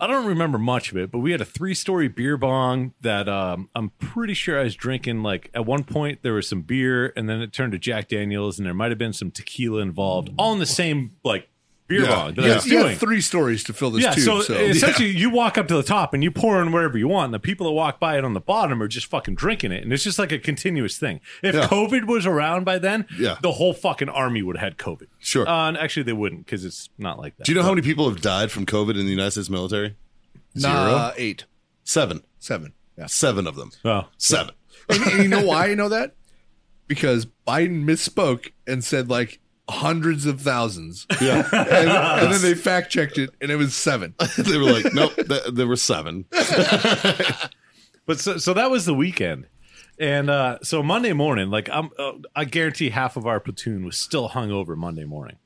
I don't remember much of it, but we had a three-story beer bong that um, I'm pretty sure I was drinking. Like at one point, there was some beer, and then it turned to Jack Daniels, and there might have been some tequila involved, all in the same like beer Yeah. bong that I Yeah. was You doing. have three stories to fill this Yeah, tube. so, So, essentially, you walk up to the top and you pour in wherever you want, and the people that walk by it on the bottom are just fucking drinking it, and it's just like a continuous thing. If Yeah. COVID was around by then, Yeah. the whole fucking army would have had COVID. Sure. Uh, and actually, they wouldn't because it's not like that. do you know how many people have died from COVID in the United States military? nah, Uh, eight, Seven. seven. Yeah. Seven of them. Oh, Seven. and, and you know why I know that? Because Biden misspoke and said like hundreds of thousands. Yeah. and, and then they fact checked it and it was seven. they were like, nope, th- there were seven. but so, so that was the weekend, and uh, so Monday morning, like I'm, uh, I guarantee half of our platoon was still hungover Monday morning,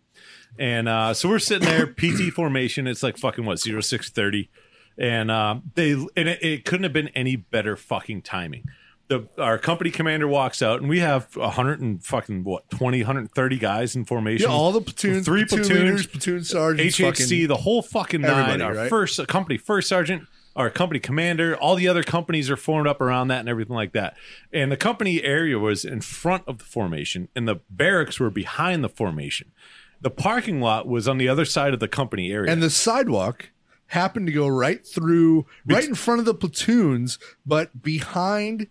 and uh, so we're sitting there PT formation. It's like fucking what zero six thirty, and uh, they and it, it couldn't have been any better fucking timing. The, our company commander walks out, and we have a hundred and fucking what 20, 130 guys in formation. Yeah, all the platoon, Three platoon platoons. leaders, platoon sergeants, HHC, fucking- the whole fucking nine, everybody, our right? first company first sergeant, our company commander, all the other companies are formed up around that and everything like that. And the company area was in front of the formation, and the barracks were behind the formation. The parking lot was on the other side of the company area. and the sidewalk happened to go right through, right in front of the platoons, but behind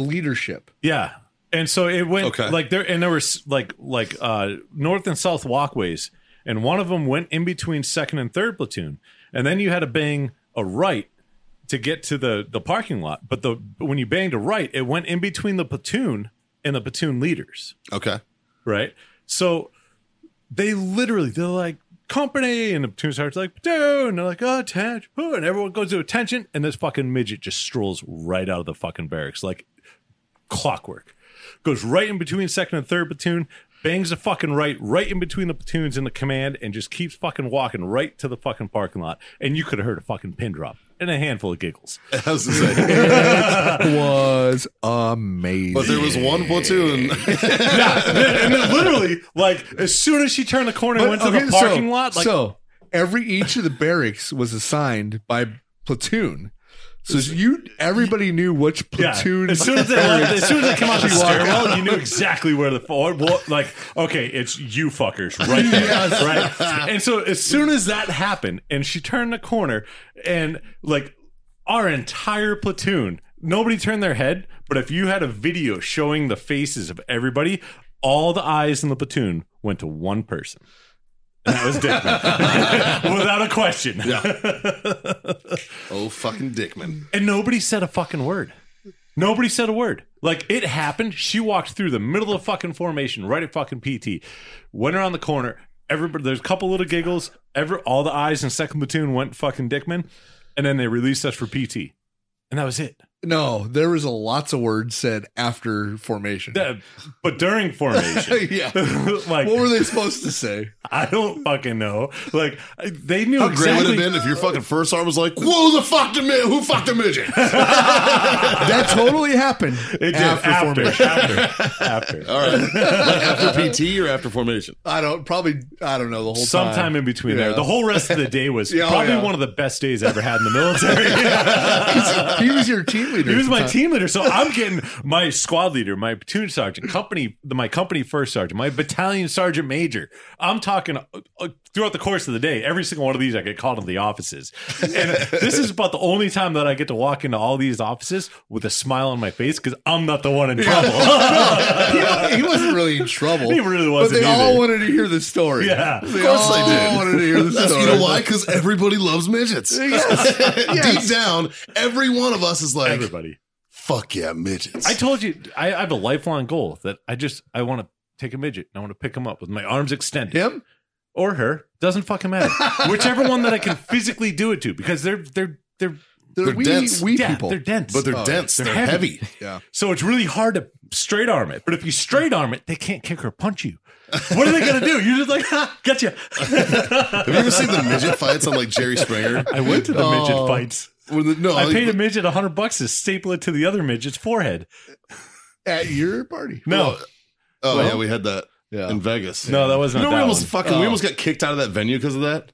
leadership. Yeah. And so it went Okay. like there and there were s- like like uh north and south walkways and one of them went in between second and third platoon. And then you had to bang a right to get to the the parking lot, but the when you banged a right, it went in between the platoon and the platoon leaders Okay. right? So they literally they're like company, and the platoon sergeant's like platoon, and they're like oh, attention, oh, and everyone goes to attention, and this fucking midget just strolls right out of the fucking barracks like clockwork, goes right in between second and third platoon. Bangs the fucking right, right in between the platoons and the command, and just keeps fucking walking right to the fucking parking lot. And you could have heard a fucking pin drop and a handful of giggles. I was gonna say, was amazing. but there was one platoon. and then literally, like as soon as she turned the corner and But- went to okay, the so- parking lot, like so every each of the barracks was assigned by platoon. So you everybody knew which platoon. Yeah. As soon as they left, as soon as they came out the stairwell, you knew exactly where the or what, like okay, it's you fuckers right there, right? And so as soon as that happened, and she turned the corner, and like our entire platoon, nobody turned their head, but if you had a video showing the faces of everybody, all the eyes in the platoon went to one person. And that was Dickman, without a question. oh fucking Dickman! And nobody said a fucking word. Nobody said a word. Like it happened. She walked through the middle of the fucking formation, right at fucking PT, went around the corner, Everybody, there's a couple little giggles. Every all the eyes in second platoon went fucking Dickman, and then they released us for PT, and that was it. No, there was a lots of words said after formation. That- Uh, but during formation, yeah. like What were they supposed to say? I don't fucking know. Like I- they knew How great would it exactly. have been if your fucking first arm was like, "Whoa, the fuck the mid? Who fucked the midget?" That totally happened. It did after, after, after, All right, Like after PT or after formation. I don't probably I don't know the whole Sometime time. in between Yeah. there, the whole rest of the day was Yeah, oh, probably yeah. one of the best days I ever had in the military. he was your team leader. He was at my the time. team leader, so I'm getting my squad leader, my platoon sergeant, company, my company first sergeant, my battalion sergeant major. I'm talking uh, uh, throughout the course of the day. Every single one of these, I get called into the offices, and this is about the only time that I get to walk into all these offices with a smile on my face because I'm not the one in trouble. he, wa- he wasn't really in trouble. He really But wasn't they all either. wanted to hear the story. yeah, They course all they did. wanted to hear the That's, story. you know why? Because everybody loves midgets. Yes. Deep down, every one of us is like, everybody. "Fuck yeah, midgets." I told you I, I have a lifelong goal that I just I want to take a midget and I want to pick him up with my arms extended. Him? or her doesn't fucking matter. Whichever one that I can physically do it to, because they're they're they're They're, They're we, dense. we yeah, people. they're dense, but they're Oh, dense. they're They're, heavy. heavy. yeah. so it's really hard to straight arm it. But if you straight arm it, they can't kick or punch you. What are they gonna do? You're just like, ha, gotcha. Have you ever seen the midget fights on like Jerry Springer? Oh. I went to the midget fights. When the- no, I like, paid a midget hundred bucks to staple it to the other midget's forehead. At your party. No, Oh Well- yeah, we had that Yeah. in Vegas. no, that wasn't. no, we that almost one. fucking Oh. we almost got kicked out of that venue because of that.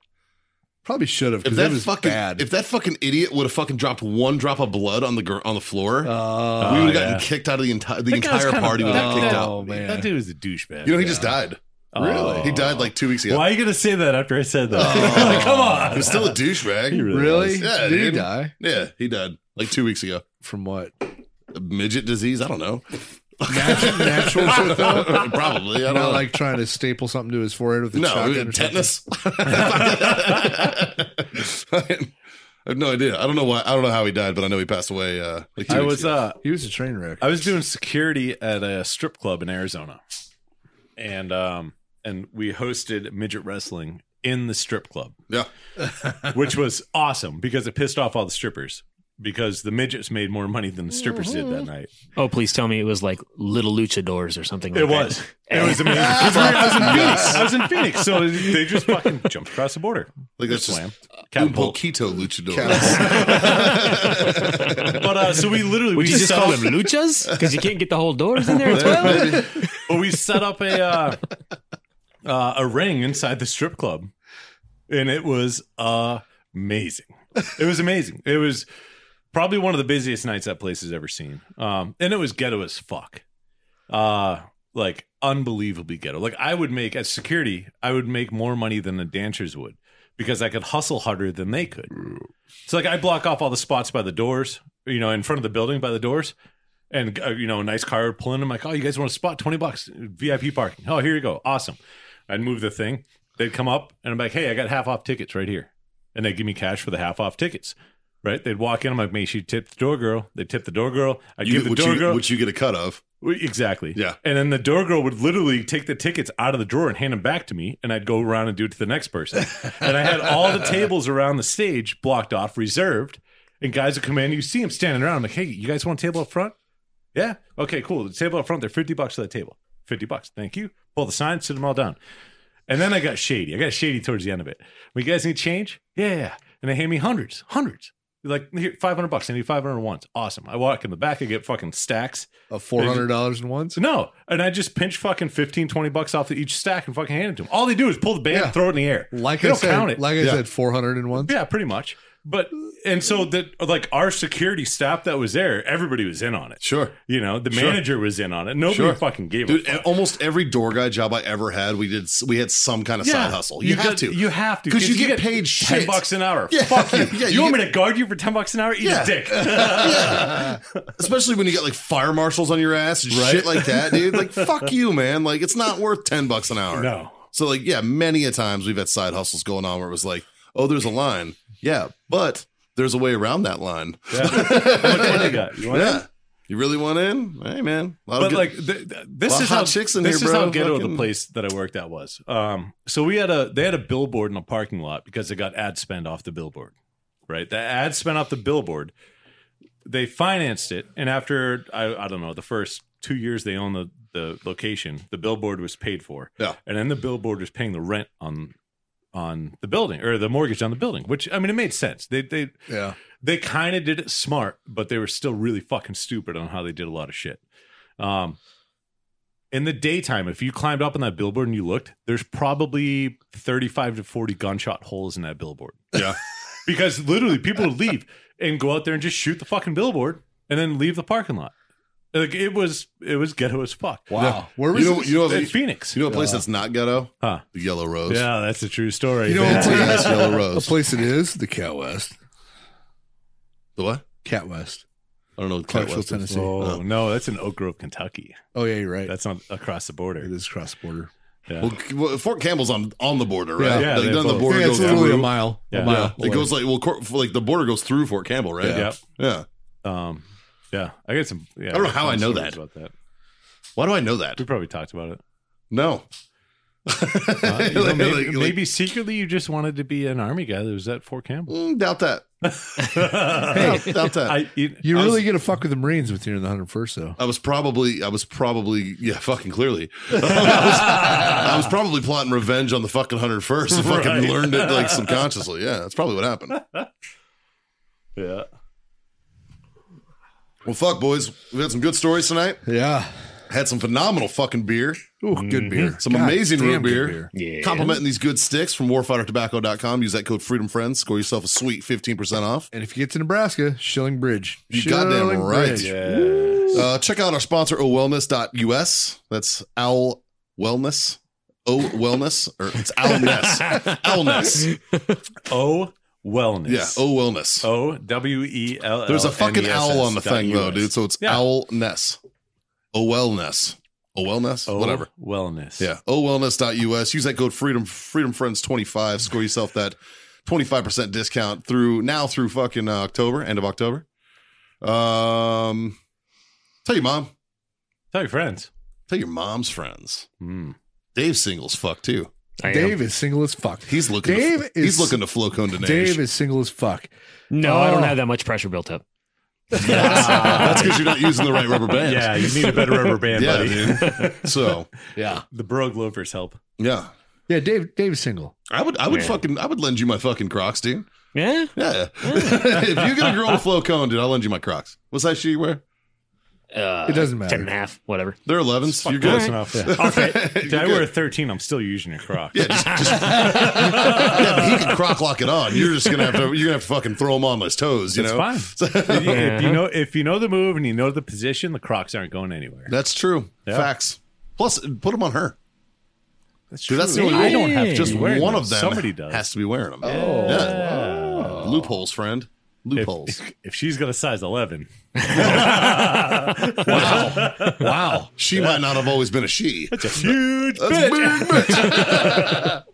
Probably should have. If Because that it was fucking bad. if that fucking idiot would have fucking dropped one drop of blood on the gr- on the floor, we Uh, would have Oh, gotten yeah. kicked out of the entire the That guy was entire kinda- party would have that- kicked that- out. Oh, man. that dude was a douchebag. You know, he just died. Really? He died like two weeks ago. Oh. Why are you gonna say that after I said that? Like, Come on, He was still a douchebag. He really? was. Yeah, Did he dude. die? Yeah, he died like two weeks ago. From what? Midget disease? I don't know. Natural, natural shit, though? Probably. I don't know. Not like trying to staple something to his forehead with a no, shotgun. or something? tetanus. I have no idea. I don't know why. I don't know how he died, but I know he passed away. Uh, like two I weeks was ago. uh, He was a train wreck. I was doing security at a strip club in Arizona, and um, and we hosted midget wrestling in the strip club, yeah. which was awesome because it pissed off all the strippers because the midgets made more money than the strippers did that night. Oh, please tell me it was like Little Luchadors or something. Like It was. It was amazing. I was in Phoenix. I was in Phoenix, so they just fucking jumped across the border. Like that's just Slam. Un Catapult. poquito luchador. But uh, so we literally Would we you just set call up- them luchas? Because you can't get the whole doors in there as well. Maybe. but we set up a uh, uh, a ring inside the strip club, and it was amazing. It was amazing. It was probably one of the busiest nights that place has ever seen. Um, and it was ghetto as fuck, uh, like unbelievably ghetto. Like I would make as security, I would make more money than the dancers would because I could hustle harder than they could. So like I block off all the spots by the doors, you know, in front of the building by the doors, and uh, you know, a nice car would pull in. I'm like, oh, you guys want a spot? Twenty bucks, VIP parking. Oh, here you go, awesome. I'd move the thing. They'd come up, and I'm like, hey, I got half off tickets right here, and they give me cash for the half off tickets. Right? They'd walk in. I'm like, make sure you tip the door girl. They tip the door girl. I You, give the which, door you, girl which you get a cut of. we- Exactly. Yeah. And then the door girl would literally take the tickets out of the drawer and hand them back to me, and I'd go around and do it to the next person. and I had all the tables around the stage blocked off, reserved. And guys would come in, you see them standing around. I'm like, hey, you guys want a table up front? Yeah. Okay, cool. The table up front, they're 50 bucks for that table. 50 bucks. Thank you. Pull the sign, sit them all down. And then I got shady. I got shady towards the end of it. Well, you guys need change? Yeah. And they hand me hundreds, hundreds. Like, here, 500 bucks. I need 500 once. Awesome. I walk in the back, I get fucking stacks. Of four hundred dollars in ones. No. And I just pinch fucking 15, 20 bucks off of each stack and fucking hand it to them. All they do is pull the band Yeah. and throw it in the air. Like they I don't said, count it. like I Yeah. said, four hundred in ones. yeah, pretty much. But and so that like our security staff that was there, everybody was in on it. Sure. You know, the Sure. manager was in on it. Nobody Sure. fucking gave Dude, a fuck. and almost every door guy job I ever had, we did we had some kind of side hustle. You, have got- to. You have to 'Cause you get paid ten shit. bucks an hour. Yeah. Fuck you. Yeah, you, you want get- me to guard you for ten bucks an hour? Eat Yeah. a dick. yeah. Especially when you got like fire marshals on your ass and Right. shit like that, dude. Like fuck you, man. Like it's not worth ten bucks an hour. no. So like yeah, many a times we've had side hustles going on where it was like, oh, there's a line. Yeah, but there's a way around that line. Yeah. How much money you got? You want Yeah. it? You really want in? Hey, man. A lot of but good- like th- th- this lot of is hot how chicks in this here, is bro. how ghetto Fucking- the place that I worked at was. Um, so we had a they had a billboard in the parking lot because they got ad spend off the billboard, right? The ad spend off the billboard. They financed it, and after I, I don't know the first two years they owned the the location, the billboard was paid for. Yeah. and then the billboard was paying the rent on on the building or the mortgage on the building, which I mean it made sense. They they Yeah. they kind of did it smart, but they were still really fucking stupid on how they did a lot of shit. Um, in the daytime, if you climbed up on that billboard and you looked, there's probably 35 to 40 gunshot holes in that billboard. Yeah. because literally people would leave and go out there and just shoot the fucking billboard and then leave the parking lot. Like it was, it was ghetto as fuck. Wow. Where was you know, this? you know, In you Phoenix. know a place that's not ghetto? Huh. The Yellow Rose. Yeah, that's a true story. You know, man. Fancy ass Yellow a Rose. place it is the Cat West. The what? Cat West. I don't know. what Cat Clarksville, West is. Tennessee. Oh. oh no, that's in Oak Grove, Kentucky. yeah, you're right. That's not across the border. it is cross border. Yeah. Well, K- well, Fort Campbell's on on the border, Yeah. right? Yeah, like, they're done the both. border yeah, it's goes literally through. a mile. Yeah. A mile. It goes like well, cor- like the border goes through Fort Campbell, right? Yeah. Yep. Yeah. Um, yeah, I got some. Yeah, I don't know how I know stories that. About that, Why do I know that? we probably talked about it. No. Uh, you know, Like- maybe, like- like- maybe secretly you just wanted to be an army guy that was at Fort Campbell. Mm, doubt that. Doubt, doubt that. I, I, you, You I was- really get to fuck with the Marines with you in the 101st, though. was probably, I was probably, yeah, fucking clearly. I, was, I was probably plotting revenge on the fucking hundred first. and fucking Right. learned it like subconsciously. Yeah, that's probably what happened. yeah. Well, fuck, boys. We had some good stories tonight. Yeah. Had some phenomenal fucking beer. Ooh, Mm-hmm. good beer. Some amazing root damn good beer. Yeah. Complimenting these good sticks from warfightertobacco.com. Use that code FreedomFriends. Score yourself a sweet 15% off. And if you get to Nebraska, Shilling Bridge. You goddamn Shilling right. Bridge. Yes. Uh, check out our sponsor, owellness.us. That's Owl Wellness. O Wellness, or it's Owlness. Owlness. O wellness. Yeah, O Wellness. O W E L. There's a fucking owl on the thing, though, dude. So it's Yeah. Owlness. O Wellness. O Wellness? O Whatever. Wellness. Yeah. Owellness.us. Use that code freedom freedom friends 25. Score yourself that 25% discount through now through fucking uh, October, end of October. Um tell your mom. Tell your friends. Tell your mom's friends. Mm. Dave singles fuck too. I am. Dave is single as fuck. He's looking Dave to, is- he's looking to flow condonation. Dave is single as fuck. No, I don't Oh. have that much pressure built up. That's because you're not using the right rubber band. Yeah, you need a better rubber band, Yeah, buddy. dude. So Yeah. The Brogue loafers help. yeah. Yeah, Dave Dave is single. I would I would Yeah. fucking I would lend you my fucking crocs, dude. Yeah. Yeah. if you get a girl to flow cone, dude, I'll lend you my crocs. What size shoe you wear? Uh, It doesn't matter. Ten and a half, whatever. They're elevens. You're Close good. enough. All right. Dude, I wear a 13. I'm still using your Crocs. Yeah, just, just, yeah, but he can croc lock it on. You're just gonna have to. You're gonna have to fucking throw him on his toes. You It's know, fine. if, you, if you know if you know the move and you know the position, the Crocs aren't going anywhere. that's true. Yeah. Facts. Plus, put them on her. That's Dude, that's the only rule. I don't have to Just be one wearing them. of them. Somebody does. has to be wearing them. Oh, loopholes, friend. if, Loopholes. if, if she's got a size 11, wow, wow. She might not have always been a she. it's a huge That's bitch. big, bitch.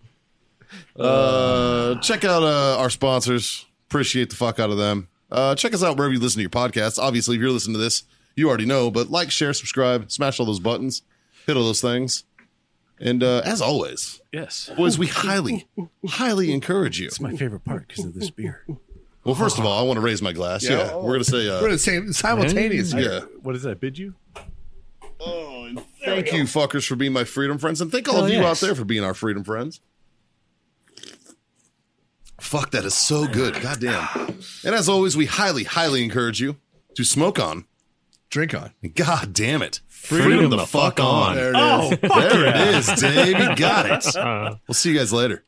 uh, check out uh, our sponsors. Appreciate the fuck out of them. Uh, check us out wherever you listen to your podcasts. Obviously, if you're listening to this, you already know, but like, share, subscribe, smash all those buttons, hit all those things. And uh, as always, Yes. boys, we highly, highly encourage you. It's my favorite part because of this beer. Well, first of all, I want to raise my glass. Yeah, we're going to say, We're uh, the same simultaneous. here. yeah. What does that bid you? Thank you, fuckers, for being my freedom friends, and thank all Hell of you out yes. there for being our freedom friends. Fuck, that is so good. Goddamn. And as always, we highly, highly encourage you to smoke on. Drink on. God damn it. Freedom, Freedom the, the fuck on. There it is. Oh, fuck There yeah. it is, Dave. You got it. Uh, We'll see you guys later.